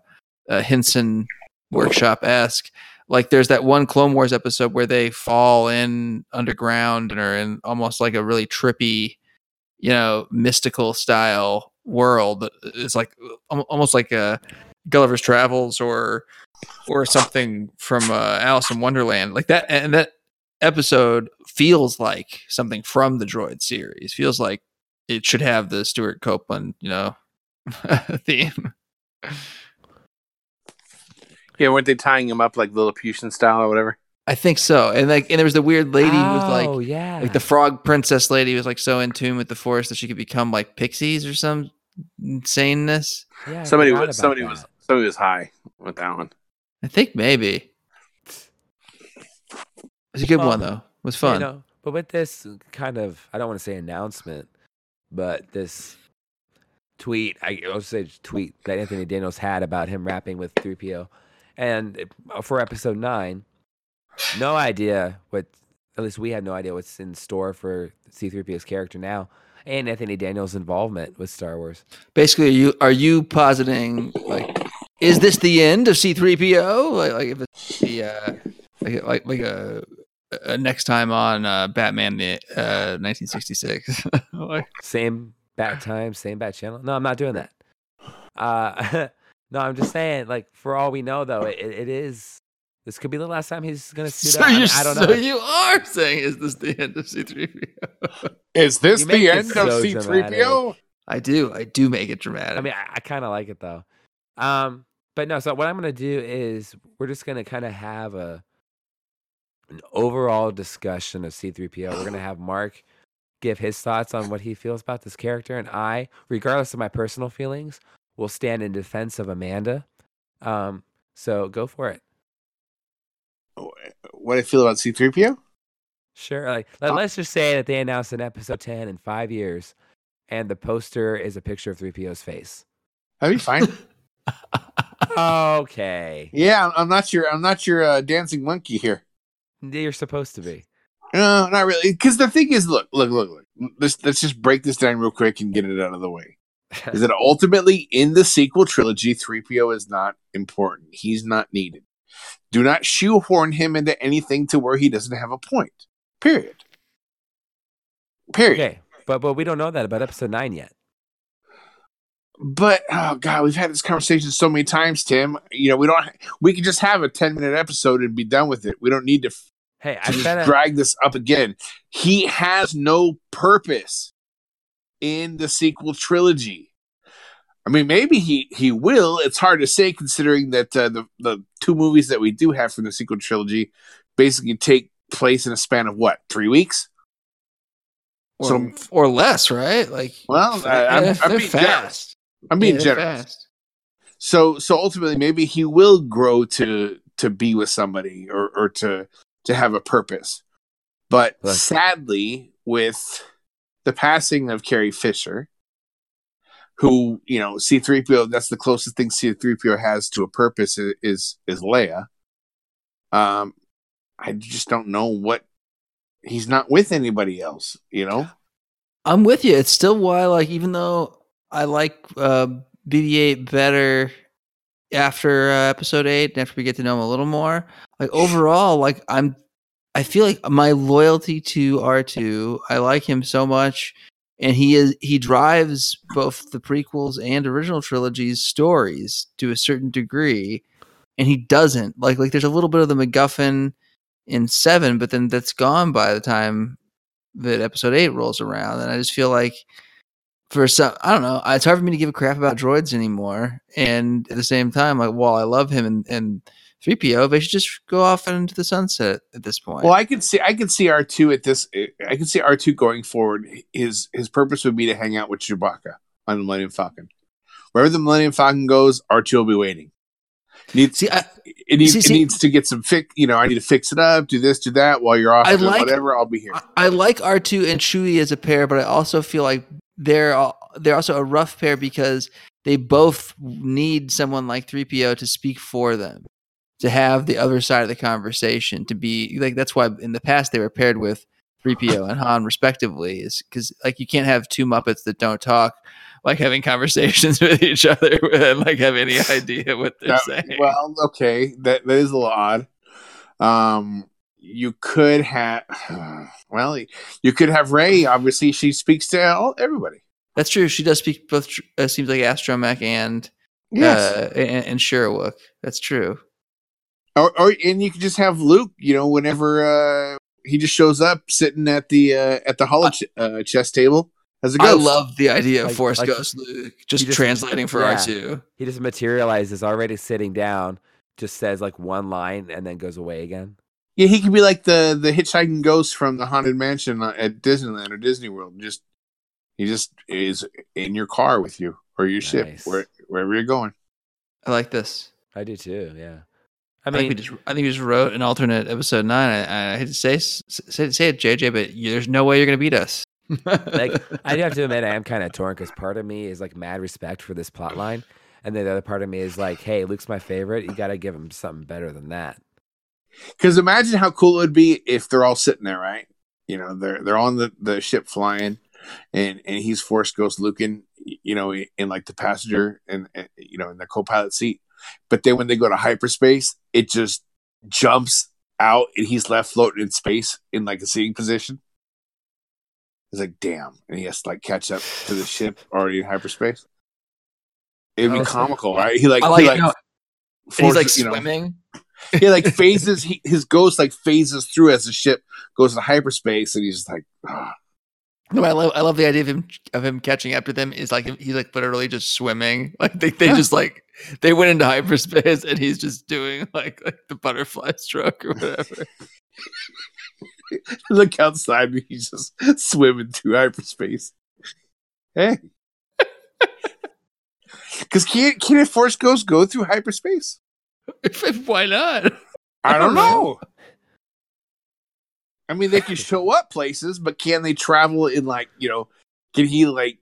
Speaker 4: uh Henson workshop esque. Like there's that one Clone Wars episode where they fall in underground and are in almost like a really trippy, you know, mystical style world. that It's like al- almost like a Gulliver's Travels or or something from uh, Alice in Wonderland, like that. And that episode feels like something from the Droid series. Feels like it should have the Stuart Copeland, you know, theme.
Speaker 3: Yeah, weren't they tying him up like Lilliputian style or whatever?
Speaker 4: I think so. And like, and there was the weird lady who was like,
Speaker 2: Oh, yeah.
Speaker 4: like the frog princess lady was like so in tune with the forest that she could become like pixies or some insaneness.
Speaker 2: Yeah, I
Speaker 3: somebody
Speaker 2: forgot
Speaker 3: was
Speaker 2: about
Speaker 3: somebody
Speaker 2: that.
Speaker 3: was somebody was high with that one.
Speaker 4: I think maybe it was a good
Speaker 2: Well,
Speaker 4: one though. It was
Speaker 2: You
Speaker 4: fun.
Speaker 2: know, but with this kind of, I don't want to say announcement, but this tweet, I, I'll say tweet that Anthony Daniels had about him rapping with 3PO. And it- uh, for episode nine, no idea what, at least we have no idea what's in store for C3PO's character now and Anthony Daniels' involvement with Star Wars.
Speaker 4: basically are you are you positing like is this the end of C3PO like, like if it's the uh, like like, like a, a next time on uh, Batman the uh, 1966 like,
Speaker 2: Same bat time, same bat channel. No, I'm not doing that. Uh, no, I'm just saying, like, for all we know, though, it, it is. This could be the last time he's gonna suit
Speaker 4: so
Speaker 2: up. I, mean,
Speaker 4: you're,
Speaker 2: I don't
Speaker 4: so
Speaker 2: know.
Speaker 4: you are saying is this the end of C3PO
Speaker 3: Is this
Speaker 2: You make the it end of so C-3PO? dramatic.
Speaker 4: I do I do make it dramatic
Speaker 2: I mean, I, I kind of like it though. Um, but no. So what I'm gonna do is we're just gonna kind of have a an overall discussion of C3PO. We're gonna have Mark give his thoughts on what he feels about this character, and I, regardless of my personal feelings, will stand in defense of Amanda. Um, so go for it.
Speaker 3: What I feel about C-3PO?
Speaker 2: Sure. Like let,
Speaker 3: Uh,
Speaker 2: us just say that they announced an episode ten in five years, and the poster is a picture of 3PO's face.
Speaker 3: That'd be fine.
Speaker 2: okay,
Speaker 3: yeah, I'm- I'm not your I'm not your uh, dancing monkey here.
Speaker 2: you're supposed to be.
Speaker 3: No, not really. Because the thing is, look, look, look, look. Let's let's just break this down real quick and get it out of the way. Is that ultimately in the sequel trilogy, 3PO is not important. He's not needed. Do not shoehorn him into anything to where he doesn't have a point. Period. Period.
Speaker 2: Okay, but but we don't know that about episode nine yet.
Speaker 3: But oh god, we've had this conversation so many times, Tim. You know, we don't. We can just have a 10 minute episode and be done with it. We don't need to f-
Speaker 2: Hey,
Speaker 3: to
Speaker 2: I
Speaker 3: just
Speaker 2: bet
Speaker 3: drag this up again. He has no purpose in the sequel trilogy. I mean, maybe he he will. It's hard to say considering that uh, the the two movies that we do have from the sequel trilogy basically take place in a span of what three weeks.
Speaker 4: or,
Speaker 3: so-
Speaker 4: or less right like
Speaker 3: Well, I, I'm,
Speaker 4: they're-
Speaker 3: I'm
Speaker 4: they're
Speaker 3: being generous. I'm being
Speaker 4: Yeah, they're
Speaker 3: generous.
Speaker 4: fast.
Speaker 3: So so ultimately, maybe he will grow to to be with somebody or or to to have a purpose. But
Speaker 2: Look.
Speaker 3: sadly, with the passing of Carrie Fisher, who you know C three PO, that's the closest thing C three PO has to a purpose i- is is Leia. Um, I just don't know what he's not with anybody else. You know,
Speaker 4: I'm with you. It's still why, like, even though I like uh, BB-8 better after uh, Episode Eight and after we get to know him a little more, like overall, like I'm, I feel like my loyalty to R2. I like him so much, and he is he drives both the prequels and original trilogy's stories to a certain degree, and he doesn't like like there's a little bit of the MacGuffin in Seven, but then that's gone by the time that episode eight rolls around, and I just feel like for some, I don't know, it's hard for me to give a crap about droids anymore. And at the same time, like while I love him and and three PO, they should just go off into the sunset at this point.
Speaker 3: Well, I could see I could see R two at this. I could see R two going forward. His his purpose would be to hang out with Chewbacca on the Millennium Falcon. Wherever the Millennium Falcon goes, R two will be waiting. Needs
Speaker 4: see, I,
Speaker 3: it needs
Speaker 4: see,
Speaker 3: it
Speaker 4: see-
Speaker 3: needs to get some fix. You know, I need to fix it up, do this, do that. While you're off,
Speaker 4: I
Speaker 3: doing
Speaker 4: like-
Speaker 3: whatever, I'll be here.
Speaker 4: I- I like R two and Chewie as a pair, but I also feel like they're al- they're also a rough pair because they both need someone like 3PO to speak for them, to have the other side of the conversation, to be like that's why in the past they were paired with 3PO and Han respectively is cuz like you can't have two muppets that don't talk like having conversations with each other and like have any idea what they're
Speaker 3: That-
Speaker 4: saying.
Speaker 3: Uh, Well, okay, that that is a little odd. Um, you could have, well, you could have Ray. Obviously, she speaks to all, everybody.
Speaker 4: That's true. She does speak both. tr- Uh, seems like Astromech and uh, and, and Sherwook. That's true.
Speaker 3: or, or and you could just have Luke. You know, whenever uh, he just shows up, sitting at the uh, at the hollow ch- uh, chess table as a
Speaker 4: I
Speaker 3: ghost.
Speaker 4: love the idea of
Speaker 2: Like-
Speaker 4: Force
Speaker 2: like-
Speaker 4: Ghost Luke just,
Speaker 2: you just-
Speaker 4: translating for
Speaker 2: yeah.
Speaker 4: R two.
Speaker 2: He just materializes already sitting down, just says like one line and then goes away again.
Speaker 3: yeah, he could be like the the hitchhiking ghost from the haunted mansion at Disneyland or Disney World. Just he just is in your car with you or your ship,
Speaker 2: Nice.
Speaker 3: where, wherever you're going.
Speaker 4: I like this.
Speaker 2: I do too. Yeah. I
Speaker 4: I mean,
Speaker 2: mean,
Speaker 4: think we just, I think we just wrote an alternate episode nine. I, I hate to say s- say, say it, JJ, but you, there's no way you're gonna beat us.
Speaker 2: like I do have to admit I am kind of torn because part of me is like mad respect for this plot line, and then the other part of me is like, hey, Luke's my favorite. You got to give him something better than that.
Speaker 3: Because imagine how cool it would be if they're all sitting there, right? You know, they're they're on the, the ship flying, and and he's Force Ghost Lucan, you know, in like the passenger and, and, you know in the co-pilot seat. But then when they go to hyperspace, it just jumps out, and he's left floating in space in like a sitting position. It's like damn, and he has to like catch up to the ship already in hyperspace. It'd be
Speaker 4: Oh, so-
Speaker 3: comical, right? He like,
Speaker 4: I like
Speaker 3: he
Speaker 4: it. No, and he's
Speaker 3: forces-
Speaker 4: like
Speaker 3: you know,
Speaker 4: swimming.
Speaker 3: he like phases he, his ghost like phases through as the ship goes to hyperspace and he's just like ah.
Speaker 4: No, I love I love the idea of him of him catching after them is like he's like literally just swimming. Like they, they
Speaker 3: Yeah.
Speaker 4: just like they went into hyperspace and he's just doing like like the butterfly stroke or whatever.
Speaker 3: look outside and he's just swimming through hyperspace hey because can can a force ghost go through hyperspace
Speaker 4: Why not?
Speaker 3: i don't
Speaker 4: don't know.
Speaker 3: know i mean they can show up places but can they travel in like you know can he like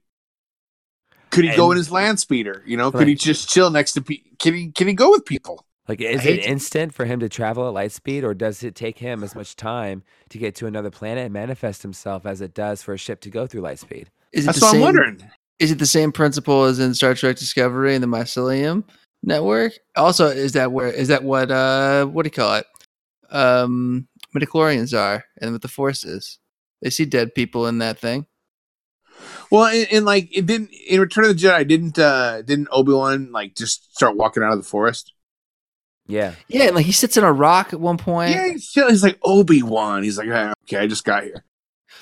Speaker 3: could he go
Speaker 2: And-
Speaker 3: in his land speeder you know could he
Speaker 2: Right.
Speaker 3: just chill next to pe- can he can he go with people
Speaker 2: Like, is
Speaker 4: hate
Speaker 2: it
Speaker 4: to-
Speaker 2: instant for him to travel at light speed, or does it take him as much time to get to another planet and manifest himself as it does for a ship to go through light speed?
Speaker 4: Is it
Speaker 3: That's
Speaker 4: the
Speaker 3: what
Speaker 4: same,
Speaker 3: I'm wondering.
Speaker 4: Is it the same principle as in Star Trek Discovery and the Mycelium network? Also, is that where is that what uh what do you call it? Um midichlorians are and with the forces. They see dead people in that thing.
Speaker 3: Well, and, and like it didn't in Return of the Jedi didn't uh didn't Obi Wan like just start walking out of the forest?
Speaker 2: Yeah.
Speaker 4: Yeah, and like he sits in a rock at one point.
Speaker 3: Yeah, he's, chill. he's like Obi Wan. He's like, "Ah, okay, I just got here.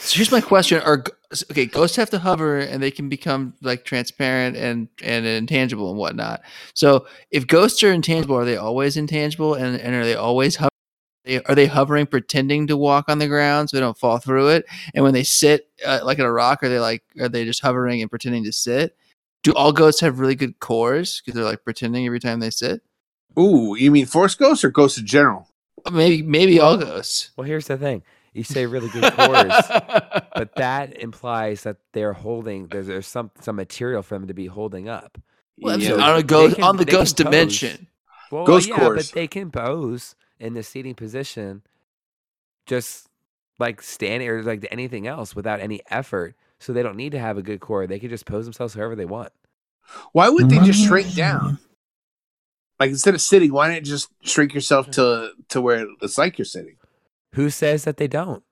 Speaker 4: So here's my question: Are g- s- okay? Ghosts have to hover, and they can become like transparent and and intangible and whatnot. So if ghosts are intangible, are they always intangible? And and are they always hover? they- Are they hovering, pretending to walk on the ground so they don't fall through it? And when they sit uh, like in a rock, are they like are they just hovering and pretending to sit? Do all ghosts have really good cores because they're like pretending every time they sit?
Speaker 3: Ooh, you mean Force Ghosts or Ghosts in general?
Speaker 4: Maybe maybe all ghosts.
Speaker 2: Well, here's the thing. You say really good cores, but that implies that they're holding. There's, there's some some material for them to be holding up.
Speaker 4: Well,
Speaker 2: Yeah.
Speaker 3: Uh,
Speaker 4: on a
Speaker 2: They
Speaker 4: ghost
Speaker 2: can-
Speaker 4: on the
Speaker 2: they can
Speaker 4: ghost
Speaker 2: pose.
Speaker 4: dimension.
Speaker 2: Well,
Speaker 3: Ghost
Speaker 2: yeah,
Speaker 3: cores.
Speaker 2: but they can pose in the seating position, just like standing or like anything else without any effort. So they don't need to have a good core. They can just pose themselves however they want.
Speaker 3: Why would they just shrink down? Like instead of sitting, why not just shrink yourself to to where it's like you're sitting?
Speaker 2: Who says that they don't?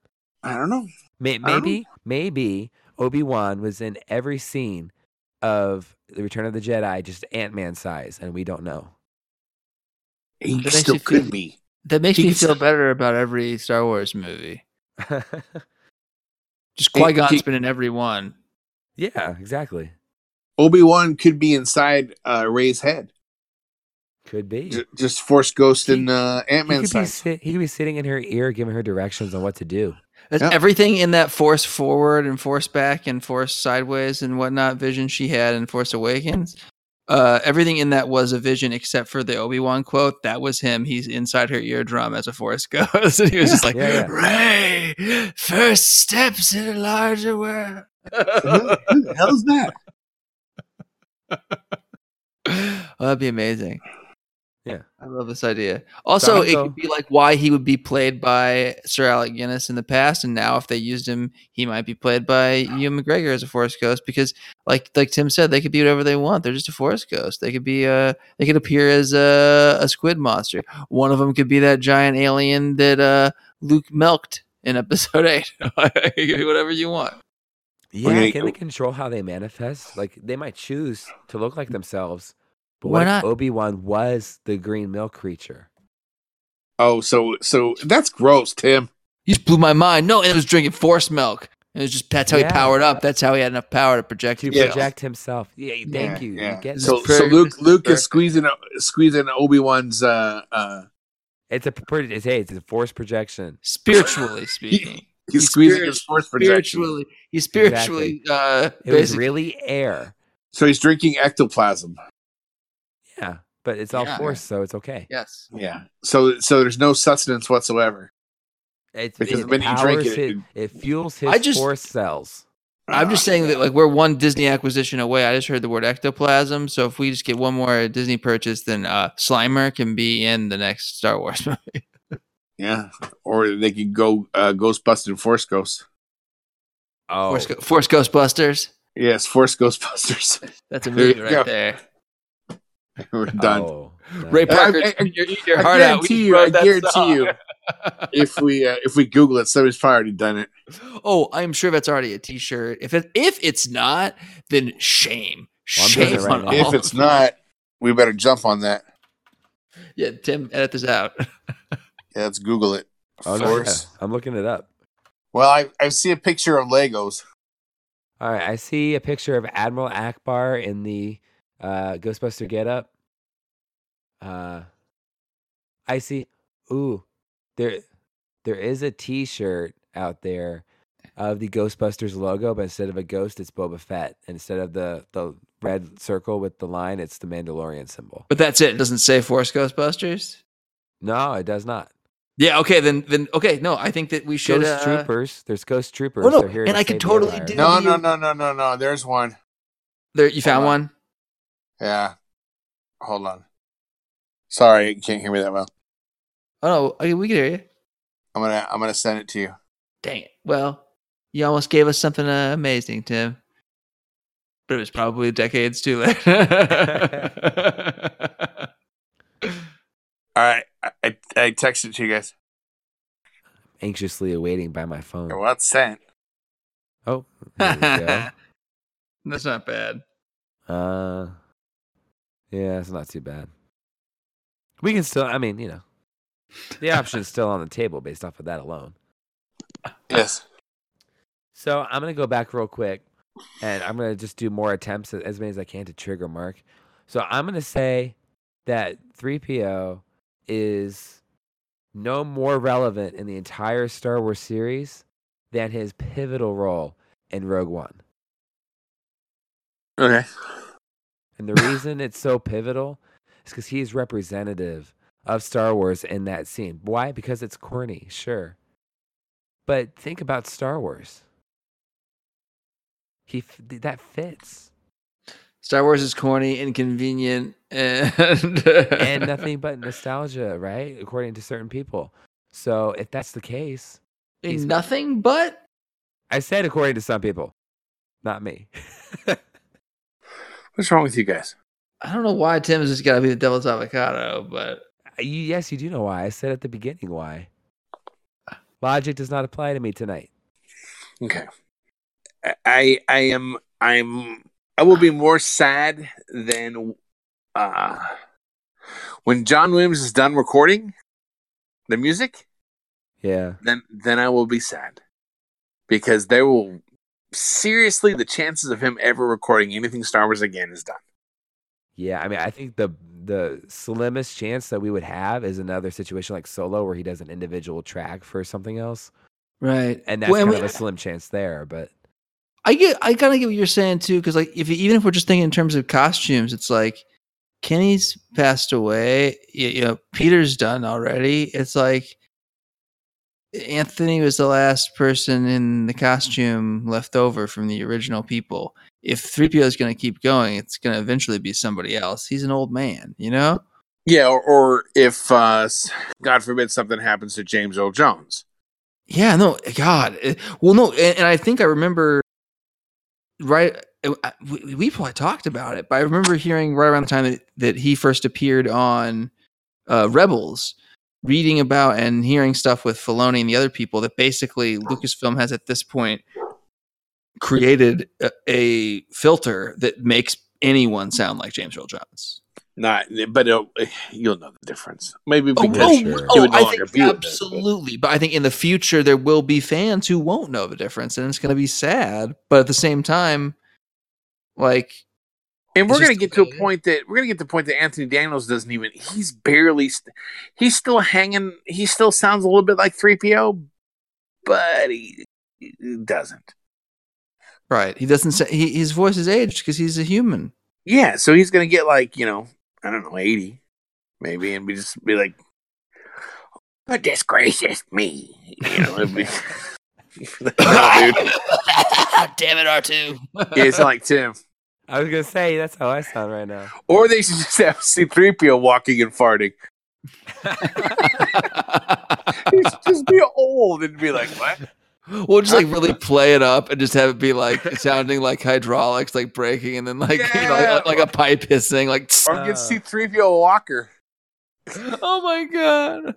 Speaker 3: I don't know.
Speaker 2: May-
Speaker 3: don't-
Speaker 2: Maybe, maybe Obi Wan was in every scene of The Return of the Jedi, just Ant Man size, and we don't know.
Speaker 3: He
Speaker 4: That
Speaker 3: still
Speaker 4: makes you
Speaker 3: could
Speaker 4: feel-
Speaker 3: be.
Speaker 4: That makes
Speaker 3: He
Speaker 4: me
Speaker 3: gets-
Speaker 4: feel better about every Star Wars movie. Just
Speaker 3: Hey,
Speaker 4: Qui Gon's
Speaker 3: he-
Speaker 4: been in every one.
Speaker 2: yeah, exactly.
Speaker 3: Obi Wan could be inside uh, Ray's head.
Speaker 2: Could be.
Speaker 3: J- just Force Ghost and uh, Ant
Speaker 2: He
Speaker 3: Man
Speaker 2: could be,
Speaker 3: size.
Speaker 2: sit- he could be sitting in her ear, giving her directions on what to do.
Speaker 4: That's
Speaker 3: Yeah.
Speaker 4: Everything in that force forward and force back and force sideways and whatnot vision she had in Force Awakens. Uh, everything in that was a vision except for the Obi Wan quote. That was him. He's inside her eardrum as a force ghost. and he was just like,
Speaker 2: Yeah,
Speaker 4: Ray, first steps in a larger world.
Speaker 3: Who who the hell's that?
Speaker 4: that'd be amazing.
Speaker 2: Yeah.
Speaker 4: I love this idea. Also, it
Speaker 2: also-
Speaker 4: could be like why he would be played by Sir Alec Guinness in the past, and now if they used him, he might be played by Ewan McGregor as a forest ghost. Because, like like Tim said, they could be whatever they want. They're just a forest ghost. They could be uh they could appear as a, a squid monster. One of them could be that giant alien that uh Luke milked in episode eight. It could be whatever you want.
Speaker 2: Yeah,
Speaker 3: gonna-
Speaker 2: can they control how they manifest? Like they might choose to look like themselves, but
Speaker 4: Why
Speaker 2: what
Speaker 4: not?
Speaker 2: if Obi Wan was the green milk creature?
Speaker 3: Oh, so so that's gross, Tim.
Speaker 4: You just blew my mind. No, and it was drinking force milk. And it was just that's how
Speaker 2: Yeah.
Speaker 4: he powered up. That's how he had enough power to project.
Speaker 2: To
Speaker 3: Yeah.
Speaker 4: himself.
Speaker 2: project himself. Yeah, you- thank
Speaker 3: Yeah,
Speaker 2: you.
Speaker 3: yeah.
Speaker 2: You get
Speaker 3: So
Speaker 2: so,
Speaker 4: It's
Speaker 3: so
Speaker 4: very-
Speaker 3: Luke Luke
Speaker 4: very-
Speaker 3: is squeezing uh, squeezing Obi Wan's uh uh
Speaker 2: it's a pretty. It's, hey, it's a force projection.
Speaker 4: spiritually speaking.
Speaker 3: he's
Speaker 4: He's
Speaker 3: squeezing
Speaker 4: spirit-
Speaker 3: his force projection.
Speaker 4: spiritually, he spiritually uh,
Speaker 2: It was
Speaker 4: basically-
Speaker 2: really air.
Speaker 3: So he's drinking ectoplasm.
Speaker 2: Yeah, but it's all
Speaker 4: Yeah.
Speaker 2: force, so it's okay.
Speaker 4: yes.
Speaker 3: Yeah. So so there's no sustenance whatsoever.
Speaker 2: It's,
Speaker 3: Because
Speaker 2: it
Speaker 3: when you drink
Speaker 2: powers
Speaker 3: it,
Speaker 2: his-
Speaker 3: it-
Speaker 2: it fuels his
Speaker 4: I just-
Speaker 2: force cells.
Speaker 4: I'm just
Speaker 3: Ah,
Speaker 4: saying that like we're one Disney acquisition away. I just heard the word ectoplasm. So if we just get one more Disney purchase, then uh, Slimer can be in the next Star Wars movie.
Speaker 3: yeah. Or they could go uh, ghost busting force ghost.
Speaker 2: Oh,
Speaker 4: Force, Go- Force Ghostbusters.
Speaker 3: Yes, force ghostbusters.
Speaker 4: That's a
Speaker 3: There
Speaker 4: movie
Speaker 3: you
Speaker 4: right
Speaker 3: go.
Speaker 4: there.
Speaker 3: We're done.
Speaker 2: Oh, no.
Speaker 4: Ray
Speaker 3: I-
Speaker 4: Parker,
Speaker 3: I- I-
Speaker 4: you're eating your
Speaker 3: I
Speaker 4: heart out.
Speaker 3: guarantee
Speaker 4: We
Speaker 3: you,
Speaker 4: wrote
Speaker 3: I
Speaker 4: that
Speaker 3: guarantee
Speaker 4: song.
Speaker 3: you. If we uh, if we Google it, somebody's probably already done it.
Speaker 4: Oh, I'm sure that's already a T-shirt. If it, if it's not, then shame,
Speaker 2: Well, I'm doing
Speaker 4: shame
Speaker 2: it right
Speaker 4: on
Speaker 2: now.
Speaker 4: all.
Speaker 3: If it's not, we better jump on that.
Speaker 4: yeah, Tim, edit this out.
Speaker 3: Yeah, let's Google it.
Speaker 2: Oh, no,
Speaker 3: force.
Speaker 2: yeah. I'm looking it up.
Speaker 3: Well, I I see a picture of Legos.
Speaker 2: All right, I see a picture of Admiral Akbar in the uh, Ghostbuster getup. Uh, I see. Ooh, there, there is a T-shirt out there of the Ghostbusters logo, but instead of a ghost, it's Boba Fett. Instead of the the red circle with the line, it's the Mandalorian symbol.
Speaker 4: But that's it. It doesn't say Force Ghostbusters.
Speaker 2: No, it does not.
Speaker 4: Yeah. Okay. Then. Then. Okay. No. I think that we should.
Speaker 2: Ghost
Speaker 4: uh,
Speaker 2: troopers. There's ghost troopers.
Speaker 4: no,
Speaker 2: They're here
Speaker 4: and
Speaker 2: to
Speaker 4: I could
Speaker 2: save the
Speaker 4: totally
Speaker 2: Empire.
Speaker 4: do-
Speaker 3: No,
Speaker 4: Maybe
Speaker 3: no,
Speaker 4: you-
Speaker 3: no, no, no, no. There's one.
Speaker 4: There. You found
Speaker 3: Hold
Speaker 4: one.
Speaker 3: Yeah. Hold on. Sorry, you can't hear me that well.
Speaker 4: Oh no. Okay, we can hear you.
Speaker 3: I'm gonna I'm gonna send it to you.
Speaker 4: Dang it. Well, you almost gave us something uh, amazing, Tim. But it was probably decades too late.
Speaker 3: All right, I I, I texted it to you guys.
Speaker 2: Anxiously awaiting by my phone.
Speaker 3: Well, it's sent.
Speaker 2: Oh, there we go.
Speaker 4: that's not bad.
Speaker 2: Uh, yeah, it's not too bad. We can still, I mean, you know, the option's still on the table based off of that alone.
Speaker 3: Yes.
Speaker 2: So I'm gonna go back real quick, and I'm gonna just do more attempts a- as many as I can to trigger Mark. So I'm gonna say that 3PO is no more relevant in the entire Star Wars series than his pivotal role in Rogue One.
Speaker 3: Okay.
Speaker 2: And the reason it's so pivotal is because he's representative of Star Wars in that scene. Why? Because it's corny, sure. But think about Star Wars. He f- th- that fits
Speaker 4: Star Wars is corny, inconvenient, and
Speaker 2: and nothing but nostalgia, right? According to certain people. So if that's the case,
Speaker 4: Ain't nothing but
Speaker 2: I said according to some people, not me.
Speaker 3: What's wrong with you guys?
Speaker 4: I don't know why Tim's just got to be the devil's avocado, but
Speaker 2: you, yes, you do know why. I said at the beginning why. Logic does not apply to me tonight.
Speaker 3: Okay. I- I I am I'm I will be more sad than uh when John Williams is done recording the music,
Speaker 2: Yeah.
Speaker 3: then then I will be sad. Because they will seriously the chances of him ever recording anything Star Wars again is done.
Speaker 2: Yeah, I mean, I think the the slimmest chance that we would have is another situation like Solo, where he does an individual track for something else,
Speaker 4: right.
Speaker 2: and that's
Speaker 4: Well,
Speaker 2: kind
Speaker 4: we-
Speaker 2: of a slim chance there. But
Speaker 4: I get, I kind of get what you're saying too, because like if even if we're just thinking in terms of costumes, it's like Kenny's passed away, you, you know, Peter's done already. It's like Anthony was the last person in the costume left over from the original people. If 3PO is going to keep going, it's going to eventually be somebody else. He's an old man, you know?
Speaker 3: Yeah, or, or if uh, s- God forbid something happens to James Earl Jones.
Speaker 4: Yeah, no, God. eh, Well, no, and, and I think I remember right. eh, I- We, we probably talked about it, but I remember hearing right around the time that, that he first appeared on uh, Rebels, reading about and hearing stuff with Filoni and the other people that basically Lucasfilm has at this point created a, a filter that makes anyone sound like James Earl Jones.
Speaker 3: Not, but it'll, you'll know the difference. Maybe
Speaker 4: Oh,
Speaker 3: because
Speaker 4: oh,
Speaker 2: sure.
Speaker 3: It
Speaker 4: oh,
Speaker 3: would no
Speaker 4: I
Speaker 3: longer
Speaker 4: think
Speaker 3: be with us, but-
Speaker 4: absolutely. But I think in the future there will be fans who won't know the difference, and it's going to be sad. But at the same time, like
Speaker 3: And
Speaker 4: It's
Speaker 3: we're going to
Speaker 4: just
Speaker 3: get
Speaker 4: the
Speaker 3: to
Speaker 4: way it
Speaker 3: a
Speaker 4: is.
Speaker 3: point that we're going to get to the point that Anthony Daniels doesn't even, he's barely, st- he's still hanging, he still sounds a little bit like 3PO, but he, he doesn't.
Speaker 4: right, he doesn't say he, his voice is aged because he's a human.
Speaker 3: Yeah, so he's going to get like, you know, I don't know, 80 maybe, and be just be like, goodness gracious me. You know, it'd be. No, dude.
Speaker 4: Damn it, R two.
Speaker 3: Yeah, it's like Tim.
Speaker 2: I was gonna say that's how I sound right now.
Speaker 3: Or they should just have C3PO walking and farting. He should just be old and be like, what?
Speaker 4: we'll just like really play it up and just have it be like sounding like hydraulics, like breaking, and then like you know,
Speaker 3: Yeah.
Speaker 4: like, like a pipe hissing, like.
Speaker 3: Or
Speaker 2: Uh.
Speaker 3: get C3PO a walker.
Speaker 4: Oh my god.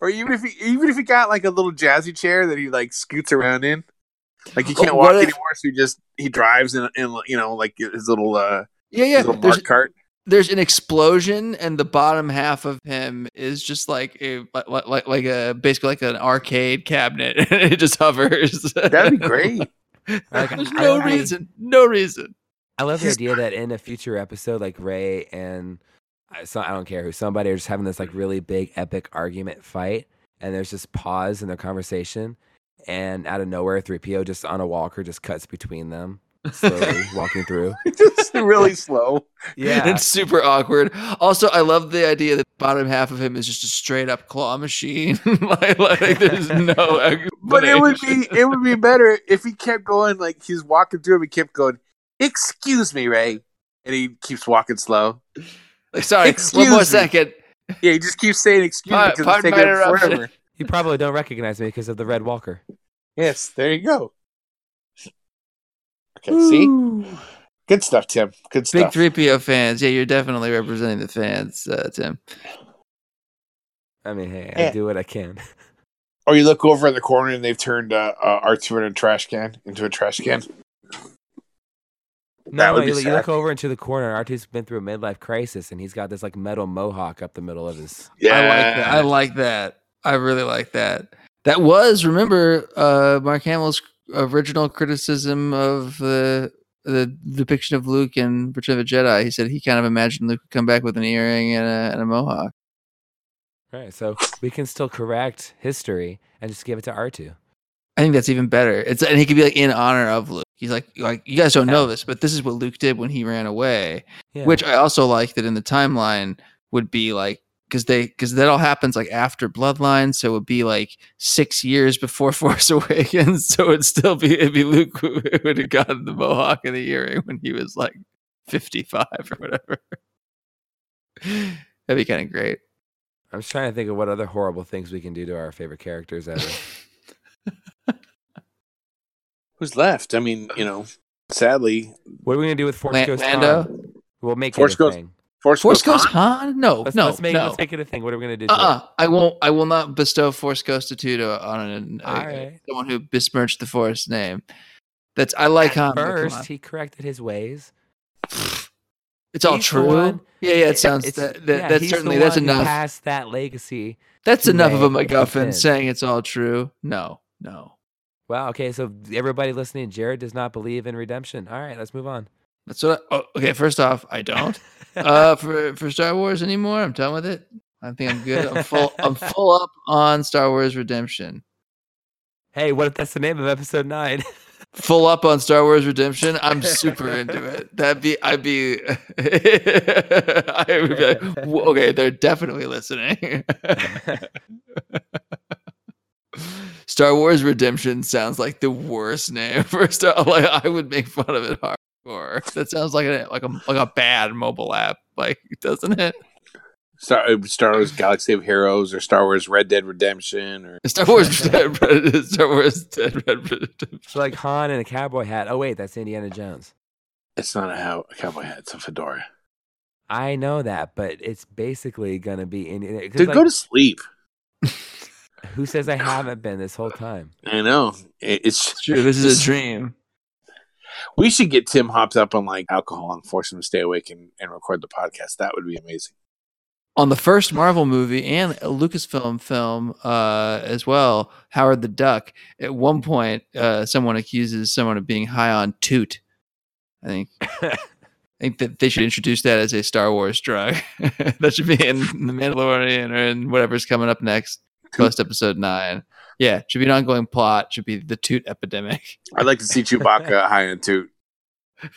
Speaker 3: Or even if he even if he got like a little jazzy chair that he like scoots around in. Like he can't
Speaker 4: Oh, what
Speaker 3: walk
Speaker 4: if-
Speaker 3: anymore, so he just he drives in, in you know, like his little uh
Speaker 4: Yeah, yeah.
Speaker 3: his little
Speaker 4: There's,
Speaker 3: bark cart.
Speaker 4: there's an explosion, and the bottom half of him is just like a like like, like a basically like an arcade cabinet. it just hovers.
Speaker 3: That'd be great.
Speaker 2: Like,
Speaker 4: there's
Speaker 2: I
Speaker 4: no
Speaker 2: love the-
Speaker 4: reason. No reason.
Speaker 2: I love the
Speaker 3: His-
Speaker 2: idea that in a future episode, like Ray and I, so, I don't care who somebody are just having this like really big epic argument fight, and there's just pause in their conversation, and out of nowhere, 3PO just on a walker just cuts between them, slowly walking through.
Speaker 3: just really slow.
Speaker 2: Yeah,
Speaker 4: It's super awkward. Also, I love the idea that the bottom half of him is just a straight up claw machine. like, like there's no
Speaker 3: But it would
Speaker 4: explanation.
Speaker 3: be it would be better if he kept going like he's walking through him, he kept going, Excuse me, Ray. And he keeps walking slow.
Speaker 4: like sorry, one
Speaker 3: Excuse
Speaker 4: more
Speaker 3: me.
Speaker 4: second.
Speaker 3: Yeah, he just keeps saying excuse me
Speaker 4: Pardon-
Speaker 3: because it's
Speaker 4: pardon
Speaker 3: taking
Speaker 4: my
Speaker 3: him
Speaker 4: interruption.
Speaker 3: forever.
Speaker 2: you probably don't recognize me because of the red walker.
Speaker 3: Yes, there you go. Okay, see? Good stuff, Tim. Good
Speaker 4: Big
Speaker 3: stuff.
Speaker 4: three PO fans. Yeah, you're definitely representing the fans, uh, Tim.
Speaker 2: I mean, hey, I
Speaker 3: Yeah.
Speaker 2: do what I can.
Speaker 3: Or Oh, you look over in the corner and they've turned uh, uh, R2 in a trash can into a trash can.
Speaker 2: No,
Speaker 3: would
Speaker 2: no,
Speaker 3: be
Speaker 2: you, look- you
Speaker 3: sad.
Speaker 2: look over into the corner. R2's been through a midlife crisis, and he's got this like metal mohawk up the middle of his.
Speaker 4: I like that. I like that. I really like that. That was remember uh, Mark Hamill's original criticism of the the depiction of Luke in Return of the Jedi. He said he kind of imagined Luke would come back with an earring and a, and a mohawk.
Speaker 2: All right, so we can still correct history and just give it to R2.
Speaker 4: I think that's even better. It's and he could be like in honor of Luke. He's like like you guys don't know this, but this is what Luke did when he ran away.
Speaker 2: Yeah.
Speaker 4: Which I also like that in the timeline would be like because they because that all happens like after Bloodline, so it would be like six years before Force Awakens. So it'd still be it'd be Luke who would have gotten the mohawk and the earring when he was like fifty five or whatever. That'd be kind of great.
Speaker 2: I'm just trying to think of what other horrible things we can do to our favorite characters ever.
Speaker 3: Who's left? I mean, you know, sadly,
Speaker 2: what are we gonna do with Force
Speaker 4: Lan-
Speaker 2: Ghost
Speaker 4: Lando?
Speaker 2: Han? We'll make
Speaker 3: Force
Speaker 2: it a
Speaker 3: Ghost-
Speaker 2: thing.
Speaker 3: Force,
Speaker 4: Force
Speaker 3: Ghost
Speaker 4: Ghost
Speaker 3: Han?
Speaker 4: Han? No,
Speaker 2: Let's,
Speaker 4: no,
Speaker 2: let's make
Speaker 4: no.
Speaker 2: let's make it a thing. What are we gonna do? to it?
Speaker 4: Uh-uh. I won't. I will not bestow Force Ghostitude on an,
Speaker 2: All right.
Speaker 4: someone who besmirched the Force name. That's I like
Speaker 2: At
Speaker 4: Han. but come on.
Speaker 2: first, he corrected his ways.
Speaker 4: it's all
Speaker 2: he's the
Speaker 4: true.
Speaker 2: one-
Speaker 4: yeah, yeah. It sounds
Speaker 2: It's-
Speaker 4: that, that
Speaker 2: yeah,
Speaker 4: that's
Speaker 2: he's the
Speaker 4: certainly that's
Speaker 2: one who
Speaker 4: enough.
Speaker 2: Passed that legacy.
Speaker 4: that's
Speaker 2: to
Speaker 4: enough of a
Speaker 2: make
Speaker 4: MacGuffin
Speaker 2: it.
Speaker 4: saying it's all true. No, no.
Speaker 2: Wow. Okay, so everybody listening, Jared does not believe in redemption. All right, let's move on.
Speaker 4: That's what. I, oh, okay. First off, I don't. uh, for for Star Wars anymore. I'm done with it. I think I'm good. I'm full. I'm full up on Star Wars Redemption.
Speaker 2: hey, what if that's the name of episode nine?
Speaker 4: full up on Star Wars Redemption, I'm super into it. That'd be, I'd be, I would be like, "W- okay, they're definitely listening. Star Wars Redemption sounds like the worst name for a Star. Like I would make fun of it hardcore. That sounds like a like a like a bad mobile app. Like doesn't it?
Speaker 5: Star, uh, Star Wars Galaxy of Heroes or Star Wars Red Dead Redemption or
Speaker 4: Star Wars Dead Red, Star Wars Dead Red Redemption.
Speaker 2: It's like Han in a cowboy hat. Oh wait, that's Indiana Jones.
Speaker 5: it's not a, how, a cowboy hat, it's a fedora.
Speaker 2: I know that, but it's basically gonna be Indiana. 'cause,
Speaker 5: Dude, go
Speaker 2: like,
Speaker 5: to sleep.
Speaker 2: who says I haven't been this whole time?
Speaker 5: I know. It, it's
Speaker 4: It's true. This is a dream.
Speaker 5: We should get Tim hopped up on like alcohol and force him to stay awake and, and record the podcast. That would be amazing.
Speaker 4: on the first Marvel movie and a Lucasfilm film uh, as well, Howard the Duck. At one point, uh, someone accuses someone of being high on toot. I think I think that they should introduce that as a Star Wars drug. that should be in the Mandalorian or in whatever's coming up next, post Episode Nine. Yeah, should be an ongoing plot. Should be the toot epidemic.
Speaker 5: I'd like to see Chewbacca high and toot.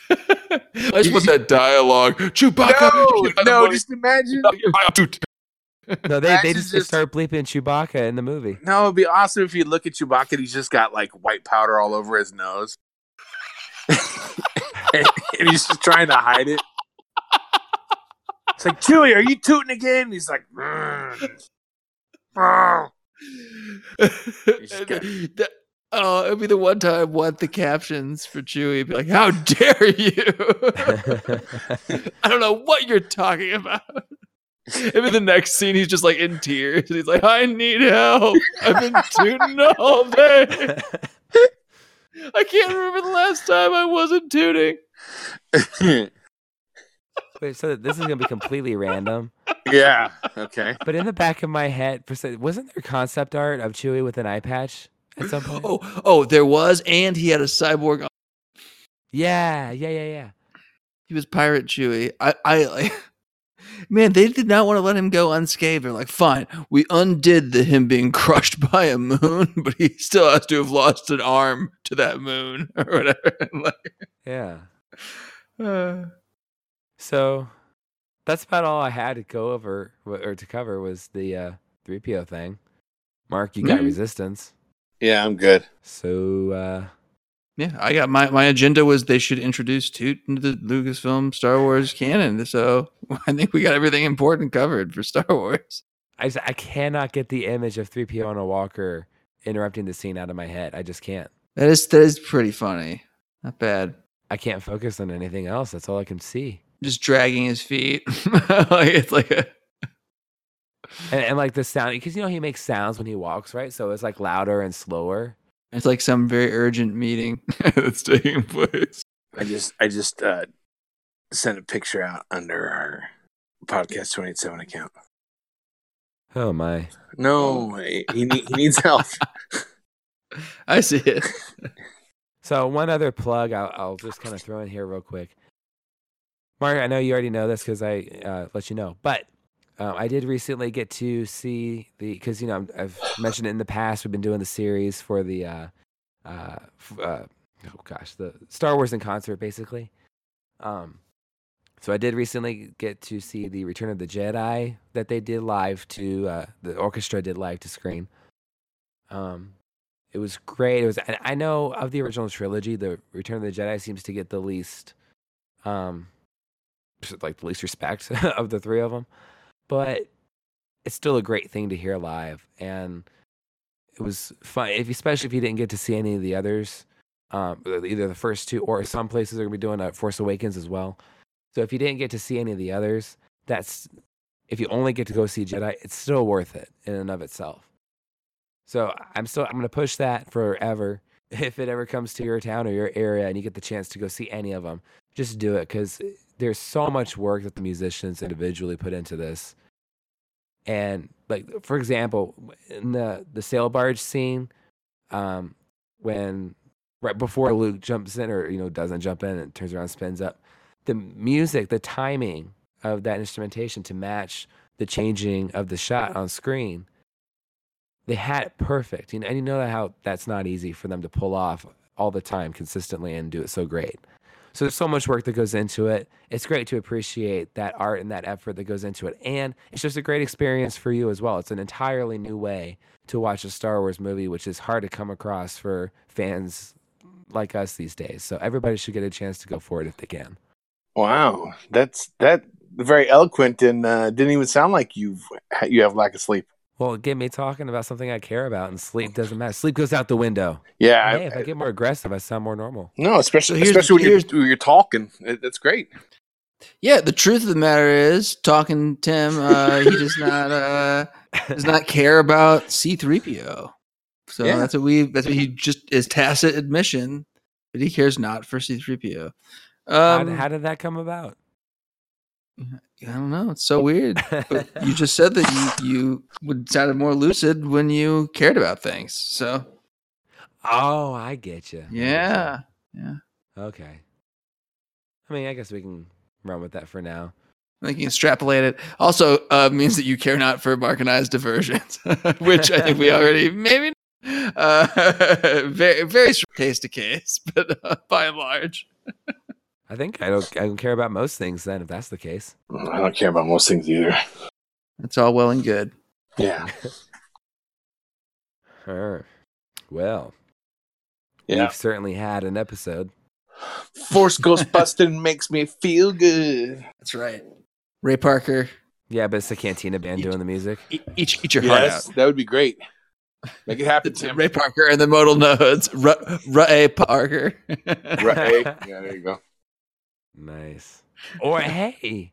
Speaker 4: Let's put that dialogue. Chewbacca.
Speaker 5: imagine.
Speaker 4: high on toot.
Speaker 2: No, they, they
Speaker 5: Actually,
Speaker 2: just,
Speaker 5: just-
Speaker 2: start bleeping Chewbacca in the movie.
Speaker 5: No, it'd be awesome if you look at Chewbacca and he's just got like white powder all over his nose. and, and he's just trying to hide it. It's like, Chewie, are you tooting again? And he's like, "Mm. Mm." just got-
Speaker 4: That- oh, it'd be the one time what the captions for Chewie be like, "How dare you!" I don't know what you're talking about. And then the next scene, he's just like in tears, and he's like, "I need help. I've been tooting all day. I can't remember the last time I wasn't tooting."
Speaker 2: Wait, so this is gonna be completely random.
Speaker 5: yeah. Okay.
Speaker 2: But in the back of my head, for some- wasn't there concept art of Chewie with an eye patch at some point?
Speaker 4: Oh, oh, there was, and he had a cyborg
Speaker 2: Yeah, yeah, yeah, yeah.
Speaker 4: He was pirate Chewy. I, I like, man, they did not want to let him go unscathed. They're like, fine, we undid the him being crushed by a moon, but he still has to have lost an arm to that moon or whatever. Like,
Speaker 2: Yeah.
Speaker 4: uh,
Speaker 2: So that's about all I had to go over w- or to cover was the uh, 3PO thing. Mark, you got
Speaker 4: Mhm.
Speaker 2: resistance.
Speaker 5: Yeah, I'm good.
Speaker 2: So uh,
Speaker 4: yeah, I got my my agenda was they should introduce Toot into the Lucasfilm Star Wars canon. So I think we got everything important covered for Star Wars.
Speaker 2: I, just, I cannot get the image of 3PO on a walker interrupting the scene out of my head. I just can't.
Speaker 4: That is that is pretty funny. Not bad.
Speaker 2: I can't focus on anything else. That's all I can see.
Speaker 4: Just dragging his feet. like it's like a
Speaker 2: And, and like the sound, because you know he makes sounds when he walks, right? So it's like louder and slower.
Speaker 4: It's like some very urgent meeting that's taking place.
Speaker 5: I just I just uh sent a picture out under our podcast twenty eight seven account.
Speaker 2: Oh my.
Speaker 5: No, he, he need- he needs help.
Speaker 4: I see it.
Speaker 2: So one other plug I'll, I'll just kind of throw in here real quick. Margaret, I know you already know this because I uh, let you know, but uh, I did recently get to see the because you know I'm, I've mentioned it in the past. We've been doing the series for the uh, uh, f- uh, oh gosh, the Star Wars in concert basically. Um, so I did recently get to see the Return of the Jedi that they did live to uh, the orchestra did live to screen. Um, it was great. It was. and I know of the original trilogy, the Return of the Jedi seems to get the least, um, just, like the least respect of the three of them, but it's still a great thing to hear live, and it was fun. If especially if you didn't get to see any of the others, um, either the first two or some places are gonna be doing a Force Awakens as well. So if you didn't get to see any of the others, that's if you only get to go see Jedi, it's still worth it in and of itself. So I'm still I'm gonna push that forever. If it ever comes to your town or your area and you get the chance to go see any of them, just do it because there's so much work that the musicians individually put into this. And like for example, in the the sail barge scene, um, when right before Luke jumps in or you know doesn't jump in and turns around and spins up, the music, the timing of that instrumentation to match the changing of the shot on screen they had it perfect. You know, and you know how that's not easy for them to pull off all the time consistently and do it so great. So there's so much work that goes into it. It's great to appreciate that art and that effort that goes into it. And it's just a great experience for you as well. It's an entirely new way to watch a Star Wars movie, which is hard to come across for fans like us these days. So everybody should get a chance to go for it if they can.
Speaker 3: Wow, that's that very eloquent and uh, didn't even sound like you've you have lack of sleep.
Speaker 2: Well, it get me talking about something I care about, and sleep doesn't matter. Sleep goes out the window.
Speaker 3: Yeah, I-
Speaker 2: Hey, if I get more aggressive, I sound more normal.
Speaker 3: no, especially
Speaker 4: So here's-
Speaker 3: especially when
Speaker 4: here's-
Speaker 3: you're, when you're talking. It, that's great.
Speaker 4: Yeah, the truth of the matter is, talking Tim, uh, he does not uh, does not care about C three PO. So
Speaker 3: Yeah.
Speaker 4: that's what we that's what he just is tacit admission that he cares not for C three PO.
Speaker 2: How-
Speaker 4: Um,
Speaker 2: how, did that come about?
Speaker 4: I don't know. It's so weird. But you just said that you you would sounded more lucid when you cared about things. So
Speaker 2: oh, I get you.
Speaker 4: yeah,
Speaker 2: Okay. I mean, I guess we can run with that for now.
Speaker 4: I think you extrapolate it. Also, uh, means that you care not for balkanized diversions, which I think we already maybe uh, very varies from case to case, but uh, by and large,
Speaker 2: I think I don't. I don't care about most things then, if that's the case.
Speaker 3: I don't care about most things either.
Speaker 4: it's all well and good.
Speaker 3: Yeah,
Speaker 2: Sure. Well,
Speaker 3: yeah.
Speaker 2: we've certainly had an episode.
Speaker 3: Force ghost busting makes me feel good.
Speaker 4: That's right. Ray Parker,
Speaker 2: Yeah, but it's the Cantina band doing the music.
Speaker 4: e- eat, eat your
Speaker 3: Yes,
Speaker 4: heart
Speaker 3: that would be great. Make it happen,
Speaker 4: out.
Speaker 3: Tim.
Speaker 4: Ray Parker and the modal nodes. Ru- Ray Parker.
Speaker 3: Right? Yeah, there you go.
Speaker 2: Nice. Or hey,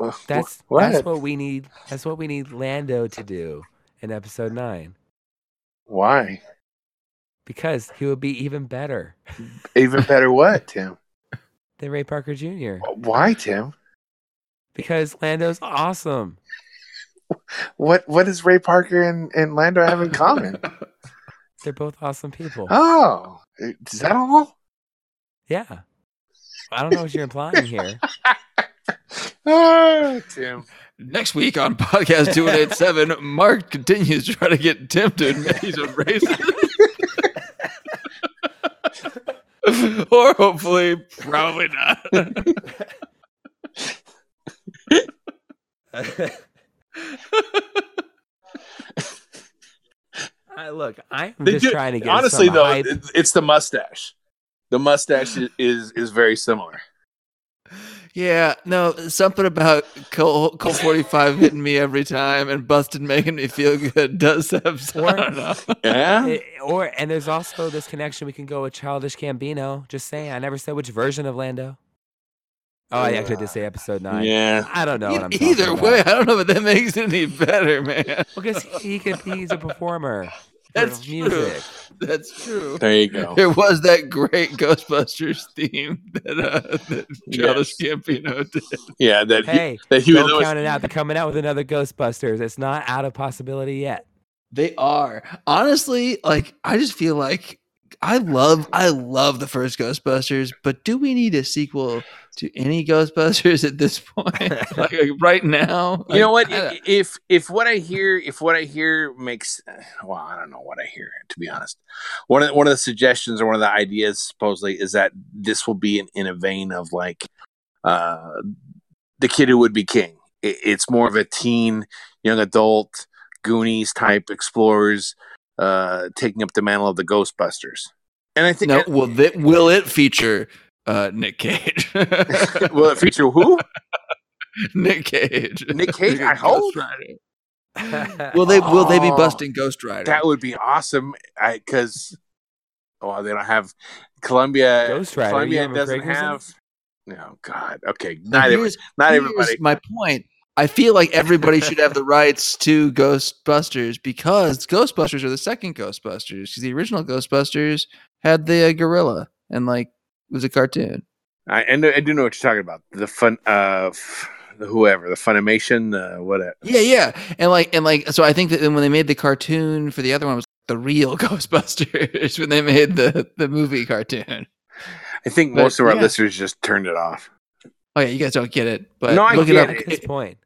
Speaker 3: Uh,
Speaker 2: that's
Speaker 3: What?
Speaker 2: that's what we need. That's what we need Lando to do in episode nine
Speaker 3: Why?
Speaker 2: because he would be even better
Speaker 3: Even better, what, Tim?
Speaker 2: than Ray Parker Jr.
Speaker 3: Why, Tim?
Speaker 2: because Lando's awesome.
Speaker 3: What What does Ray Parker and, and Lando have in common?
Speaker 2: They're both awesome people.
Speaker 3: Oh, is that all?
Speaker 2: Yeah. I don't know what you're implying here.
Speaker 3: Oh, Tim.
Speaker 4: Next week on Podcast 287, Mark continues to try to get Tim to admit he's a racist. or hopefully, probably not.
Speaker 2: I look, I'm
Speaker 3: They
Speaker 2: just
Speaker 3: do-
Speaker 2: trying to get
Speaker 3: Honestly,
Speaker 2: some
Speaker 3: though,
Speaker 2: hype.
Speaker 3: it, it's the mustache. The mustache is, is is very similar.
Speaker 4: yeah, no, something about Cole, Cole 45 hitting me every time and Busted making me feel good does have some.
Speaker 2: Or-
Speaker 4: I don't know.
Speaker 3: Yeah.
Speaker 2: It- or and there's also this connection we can go with Childish Gambino. Just saying, I never said which version of Lando. Oh, I actually did say episode nine.
Speaker 3: Yeah.
Speaker 2: I don't know what I'm
Speaker 4: E-
Speaker 2: talking
Speaker 4: Either
Speaker 2: about.
Speaker 4: way, I don't know if that makes it any better, man.
Speaker 2: because he could be he's a performer.
Speaker 4: That's
Speaker 2: for
Speaker 4: true.
Speaker 2: music.
Speaker 4: That's true.
Speaker 3: There you go.
Speaker 4: There was that great Ghostbusters theme that, uh, that Childish Gambino did.
Speaker 3: Yeah. That
Speaker 2: Hey,
Speaker 3: that Huey
Speaker 2: don't
Speaker 3: Lewis.
Speaker 2: count it out. They're coming out with another Ghostbusters. It's not out of possibility yet.
Speaker 4: They are honestly like I just feel like I love I love the first Ghostbusters, but do we need a sequel to any Ghostbusters at this point? like, like, right now,
Speaker 3: you know what?
Speaker 4: Like, I-
Speaker 3: I- If if what I hear, if what I hear makes, well, I don't know what I hear. To be honest, one of the, one of the suggestions or one of the ideas supposedly is that this will be in, in a vein of like, uh, the kid who would be king. It, it's more of a teen, young adult, Goonies type explorers, uh, taking up the mantle of the Ghostbusters. And I think,
Speaker 4: no, will that will it feature uh, Nick Cage?
Speaker 3: will it feature who?
Speaker 4: Nick Cage.
Speaker 3: Nick Cage? I
Speaker 4: Ghost
Speaker 3: hope.
Speaker 4: Rider. Will they will they be
Speaker 3: Oh,
Speaker 4: busting Ghost Rider?
Speaker 3: That would be awesome. I because well, they don't have Columbia.
Speaker 2: Ghost Rider, you
Speaker 3: Columbia
Speaker 2: have a
Speaker 3: doesn't
Speaker 2: Craig or
Speaker 3: have. No God. Okay,
Speaker 4: Now,
Speaker 3: not every,
Speaker 4: here's-
Speaker 3: not
Speaker 4: here's
Speaker 3: everybody.
Speaker 4: My point. I feel like everybody should have the rights to Ghostbusters because Ghostbusters are the second Ghostbusters. Because the original Ghostbusters had the uh, gorilla and like it was a cartoon.
Speaker 3: I, I know. I do know what you're talking about. The fun. Uh, f- the whoever. The Funimation. The whatever.
Speaker 4: Yeah, yeah, and like and like. So I think that when they made the cartoon for the other one it was the real Ghostbusters when they made the the movie cartoon.
Speaker 3: I think
Speaker 4: But,
Speaker 3: most of our
Speaker 4: yeah.
Speaker 3: listeners just turned it off.
Speaker 4: Oh yeah, you guys don't get it, but
Speaker 3: No, I
Speaker 4: look it
Speaker 3: get
Speaker 4: up.
Speaker 3: it.
Speaker 2: at this point.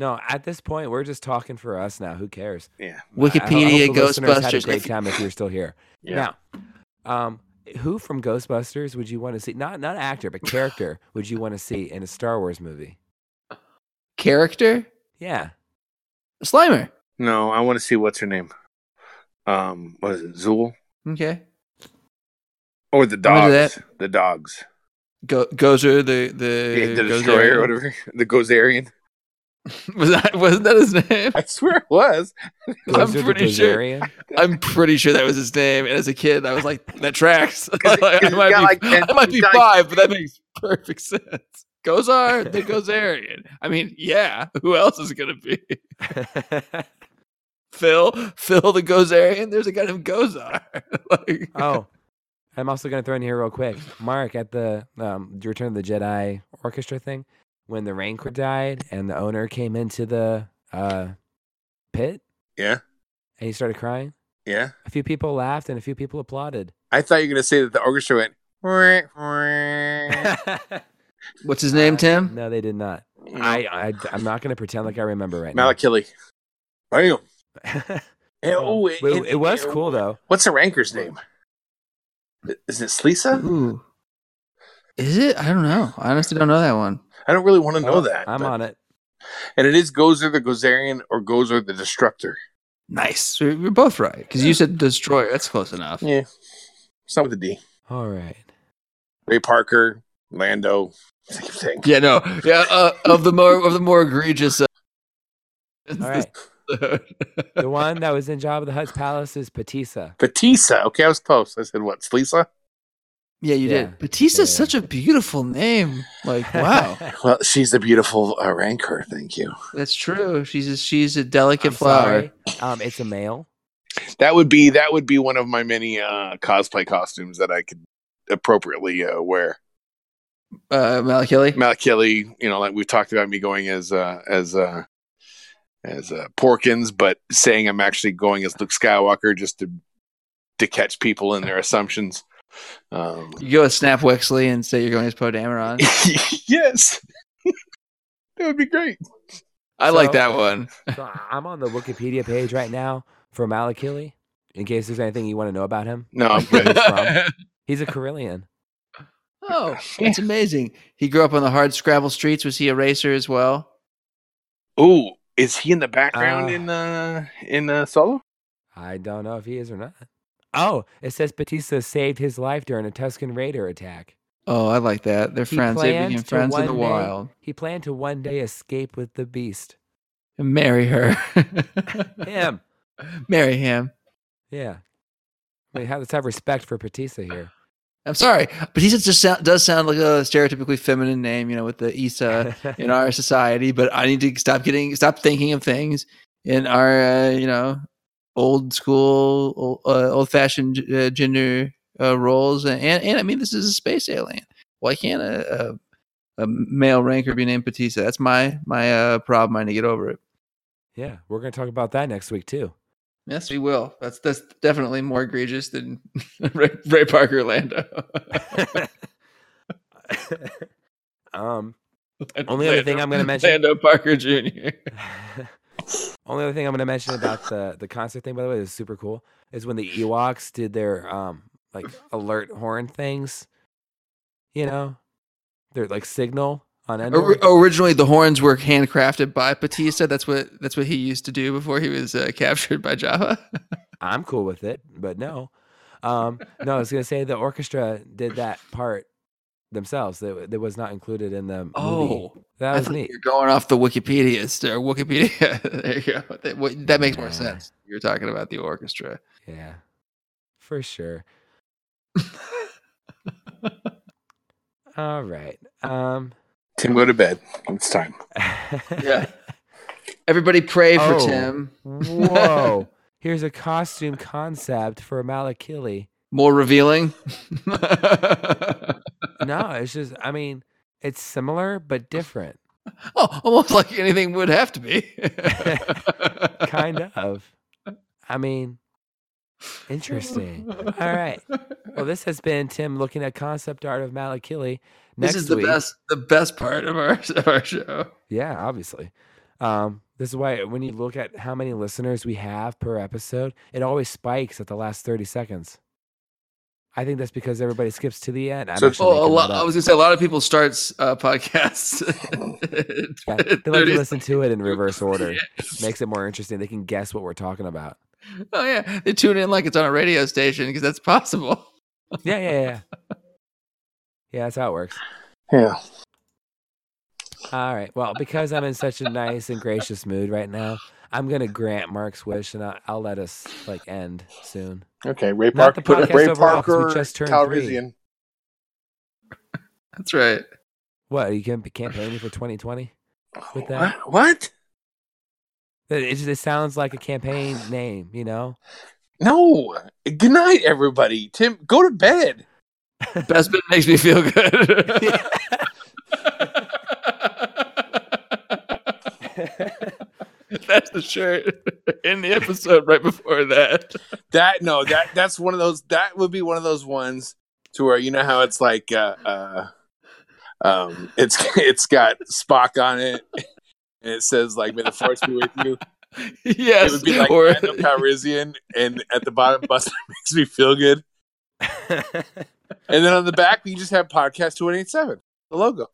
Speaker 2: No, at this point, we're just talking for us now. Who cares? I-
Speaker 3: Yeah.
Speaker 2: I hope
Speaker 4: Wikipedia
Speaker 2: the listeners Had a
Speaker 4: Ghostbusters.
Speaker 2: great time if you're still here.
Speaker 3: Yeah.
Speaker 2: Now, um, who from Ghostbusters would you want to see? Not not actor, but character would you want to see in a Star Wars movie?
Speaker 4: Character?
Speaker 2: Yeah.
Speaker 4: Slimer.
Speaker 3: No, I want to see what's her name. Um, what is it, Zool
Speaker 4: Okay.
Speaker 3: or the
Speaker 4: Remember
Speaker 3: dogs? The dogs,
Speaker 4: Go- Gozer the the,
Speaker 3: Yeah, the
Speaker 4: Gozerian.
Speaker 3: destroyer, or whatever, the Gozarian.
Speaker 4: Was that wasn't that his name?
Speaker 3: I sure it was.
Speaker 4: I'm
Speaker 2: Blizzard the
Speaker 4: pretty sure.
Speaker 2: Gazarian?
Speaker 4: I'm pretty sure that was his name. And as a kid, I was like, that tracks.
Speaker 3: it- 'cause
Speaker 4: I
Speaker 3: it's
Speaker 4: might,
Speaker 3: got
Speaker 4: be,
Speaker 3: like ten-
Speaker 4: I might be
Speaker 3: it's got like-
Speaker 4: five, but that makes perfect sense. Gozar the Gozarian. I mean, yeah. Who else is it gonna be? Phil, Phil the Gozarian. There's a guy named Gozar. like,
Speaker 2: oh, I'm also gonna throw in here real quick. Mark at the um, Return of the Jedi orchestra thing when the Rancor died and the owner came into the uh, pit.
Speaker 3: Yeah.
Speaker 2: And he started crying.
Speaker 3: Yeah,
Speaker 2: A few people laughed and a few people applauded.
Speaker 3: I thought you were gonna say that the orchestra went. I,
Speaker 4: What's his name, Tim?
Speaker 2: Uh, No, they did not. I, I I'm not gonna pretend like I remember right now.
Speaker 3: Malakili. Bam. Eh,
Speaker 2: Oh,
Speaker 3: oh,
Speaker 2: it, it was
Speaker 3: eh,
Speaker 2: cool though.
Speaker 3: What's the ranker's name? Is it Slisa?
Speaker 4: Ooh. Is it? I don't know. I honestly don't know that one.
Speaker 3: I don't really want to know
Speaker 2: Oh,
Speaker 3: that.
Speaker 2: I'm
Speaker 3: but-
Speaker 2: on it.
Speaker 3: And it is Gozer the Gozerian or Gozer the Destructor.
Speaker 4: Nice. We're, we're both right because you said destroyer. That's close enough.
Speaker 3: Yeah. It's not with a D.
Speaker 2: All right.
Speaker 3: Ray Parker, Lando, same thing.
Speaker 4: Yeah, no, yeah. Uh, of the more of the more egregious. Uh,
Speaker 2: All right. The one that was in Job of the Hutt's palace is Patissa.
Speaker 3: Batisa. Okay, I was close. I said what? Slisa?
Speaker 4: yeah, you
Speaker 2: Yeah.
Speaker 4: did. Batista's
Speaker 2: Yeah.
Speaker 4: such a beautiful name. Like, wow,
Speaker 3: Well, she's the beautiful uh, Rancor. Thank you.
Speaker 4: that's true. She's a, she's a delicate
Speaker 2: I'm
Speaker 4: flower.
Speaker 2: sorry. Um, it's a male.
Speaker 3: That would be that would be one of my many uh, cosplay costumes that I could appropriately uh, wear.
Speaker 4: Uh, Malakili.
Speaker 3: Malakili, you know, like we've talked about me going as uh, as uh, as uh, Porkins, but saying I'm actually going as Luke Skywalker just to to catch people in their assumptions. Um,
Speaker 4: you go with Snap Wexley and say you're going as Poe Dameron.
Speaker 3: yes, that would be great.
Speaker 4: I
Speaker 2: So-
Speaker 4: like that one.
Speaker 2: So I- I'm on the Wikipedia page right now for Malakili. In case there's anything you want to know about him,
Speaker 3: No, I'm
Speaker 2: Where
Speaker 3: good.
Speaker 2: he's from. He's a Carillion.
Speaker 4: oh, that's amazing. He grew up on the hard Scrabble streets. Was he a racer as well?
Speaker 3: Ooh, is he in the background
Speaker 2: Uh,
Speaker 3: in uh in uh solo?
Speaker 2: I don't know if he is or not. Oh, it says Batista saved his life during a Tuscan Raider attack.
Speaker 4: Oh, I like that. They're
Speaker 2: He
Speaker 4: friends. They
Speaker 2: plans
Speaker 4: became
Speaker 2: to
Speaker 4: friends in the
Speaker 2: one day-
Speaker 4: wild.
Speaker 2: He planned to one day escape with the beast.
Speaker 4: And marry her.
Speaker 2: Him.
Speaker 4: Marry him.
Speaker 2: Yeah. We have, let's have respect for Batista here.
Speaker 4: I'm sorry, but he just sound, does sound like a stereotypically feminine name, you know, with the Issa in our society. But I need to stop getting, stop thinking of things in our, uh, you know, old school, old, uh, old fashioned uh, gender uh, roles. And, and I mean, this is a space alien. Why can't a, a, a male ranker be named Batista? That's my my uh, problem. I need to get over it.
Speaker 2: yeah, we're going to talk about that next week too.
Speaker 4: Yes, we will. That's that's definitely more egregious than Ray, Ray Parker Lando.
Speaker 2: um, Only other thing I'm gonna mention-
Speaker 4: Lando Parker Jr.
Speaker 2: Only other thing I'm going to mention about the the concert thing, by the way, is super cool. Is when the Ewoks did their um like alert horn things. You know, their like signal on end.
Speaker 4: Or- originally, the horns were handcrafted by Batista. That's what that's what he used to do before he was uh, captured by Java.
Speaker 2: I'm cool with it, but no, um, no. I was going to say the orchestra did that part themselves. That that was not included in the movie. Oh, that
Speaker 4: Oh, I
Speaker 2: was
Speaker 4: thought
Speaker 2: neat.
Speaker 4: you're going off the Wikipedia. Star, Wikipedia. there you go. That, what- that makes more
Speaker 2: Nah.
Speaker 4: sense. You're talking about the orchestra.
Speaker 2: Yeah, for sure. All right. Um,
Speaker 3: Tim, go to bed. It's time.
Speaker 4: Yeah. Everybody pray for
Speaker 2: Oh.
Speaker 4: Tim.
Speaker 2: Whoa. Here's a costume concept for Malakili.
Speaker 4: More revealing.
Speaker 2: No, it's just, I mean, it's similar but different.
Speaker 4: Oh, almost like anything would have to be.
Speaker 2: Kind of. I mean, interesting. All right. Well, this has been Tim looking at concept art of Malakili. Next
Speaker 4: this is the
Speaker 2: week,
Speaker 4: best the best part of our of our show.
Speaker 2: Yeah, obviously. Um, this is why when you look at how many listeners we have per episode, it always spikes at the last 30 seconds. I think that's because everybody skips to the end. I'm
Speaker 3: So-
Speaker 2: actually
Speaker 4: Well, Oh, a
Speaker 2: making
Speaker 4: lot,
Speaker 2: that
Speaker 4: I
Speaker 2: up.
Speaker 4: was gonna say a lot of people starts uh, podcasts.
Speaker 2: Yeah, They like to
Speaker 4: 30
Speaker 2: listen to it in reverse order.
Speaker 4: seconds.
Speaker 2: Makes it more interesting. They can guess what we're talking about.
Speaker 4: Oh yeah, they tune in like it's on a radio station because that's possible.
Speaker 2: Yeah, yeah, yeah. Yeah, that's how it works.
Speaker 3: Yeah.
Speaker 2: All right. Well, because I'm in such a nice and gracious mood right now, I'm gonna grant Mark's wish, and I'll, I'll let us like end soon.
Speaker 6: Okay, Ray
Speaker 2: Not
Speaker 6: Parker.
Speaker 2: the
Speaker 6: Put
Speaker 2: podcast
Speaker 6: Ray
Speaker 2: overall, 'cause we
Speaker 6: Parker,
Speaker 2: just turned three.
Speaker 6: Calrissian.
Speaker 4: That's right.
Speaker 2: What you can campaigning for 2020? With that-
Speaker 3: What? what?
Speaker 2: It, it, just- it sounds like a campaign name, you know.
Speaker 3: No. Good night, everybody. Tim, go to bed.
Speaker 4: Best bit makes me feel good. that's the shirt in the episode right before that.
Speaker 3: That no, that that's one of those. That would be one of those ones to where you know how it's like, uh, uh um, it's it's got Spock on it, and it says like, "May the force be with you."
Speaker 4: Yes,
Speaker 3: It would be like
Speaker 4: or-
Speaker 3: Mando Calrissian, and at the bottom, Buster makes me feel good, and then on the back, you just have podcast two one eight seven, the logo.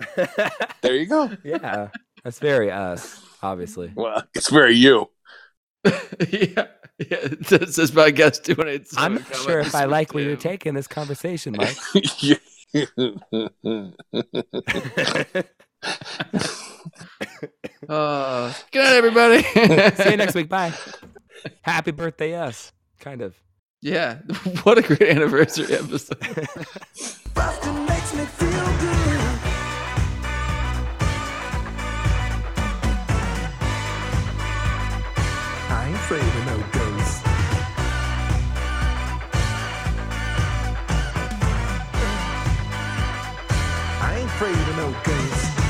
Speaker 3: There you go.
Speaker 2: yeah, that's very us, obviously.
Speaker 3: Well, it's very you.
Speaker 4: yeah, yeah. It says podcast two one eight seven.
Speaker 2: I'm not sure if I like where you're taking this conversation, Mike.
Speaker 4: Uh, good night, everybody.
Speaker 2: See you next week. Bye. Happy birthday, us. Kind of.
Speaker 4: Yeah, what a great anniversary episode.
Speaker 7: I ain't afraid of no ghosts. I ain't afraid of no ghosts.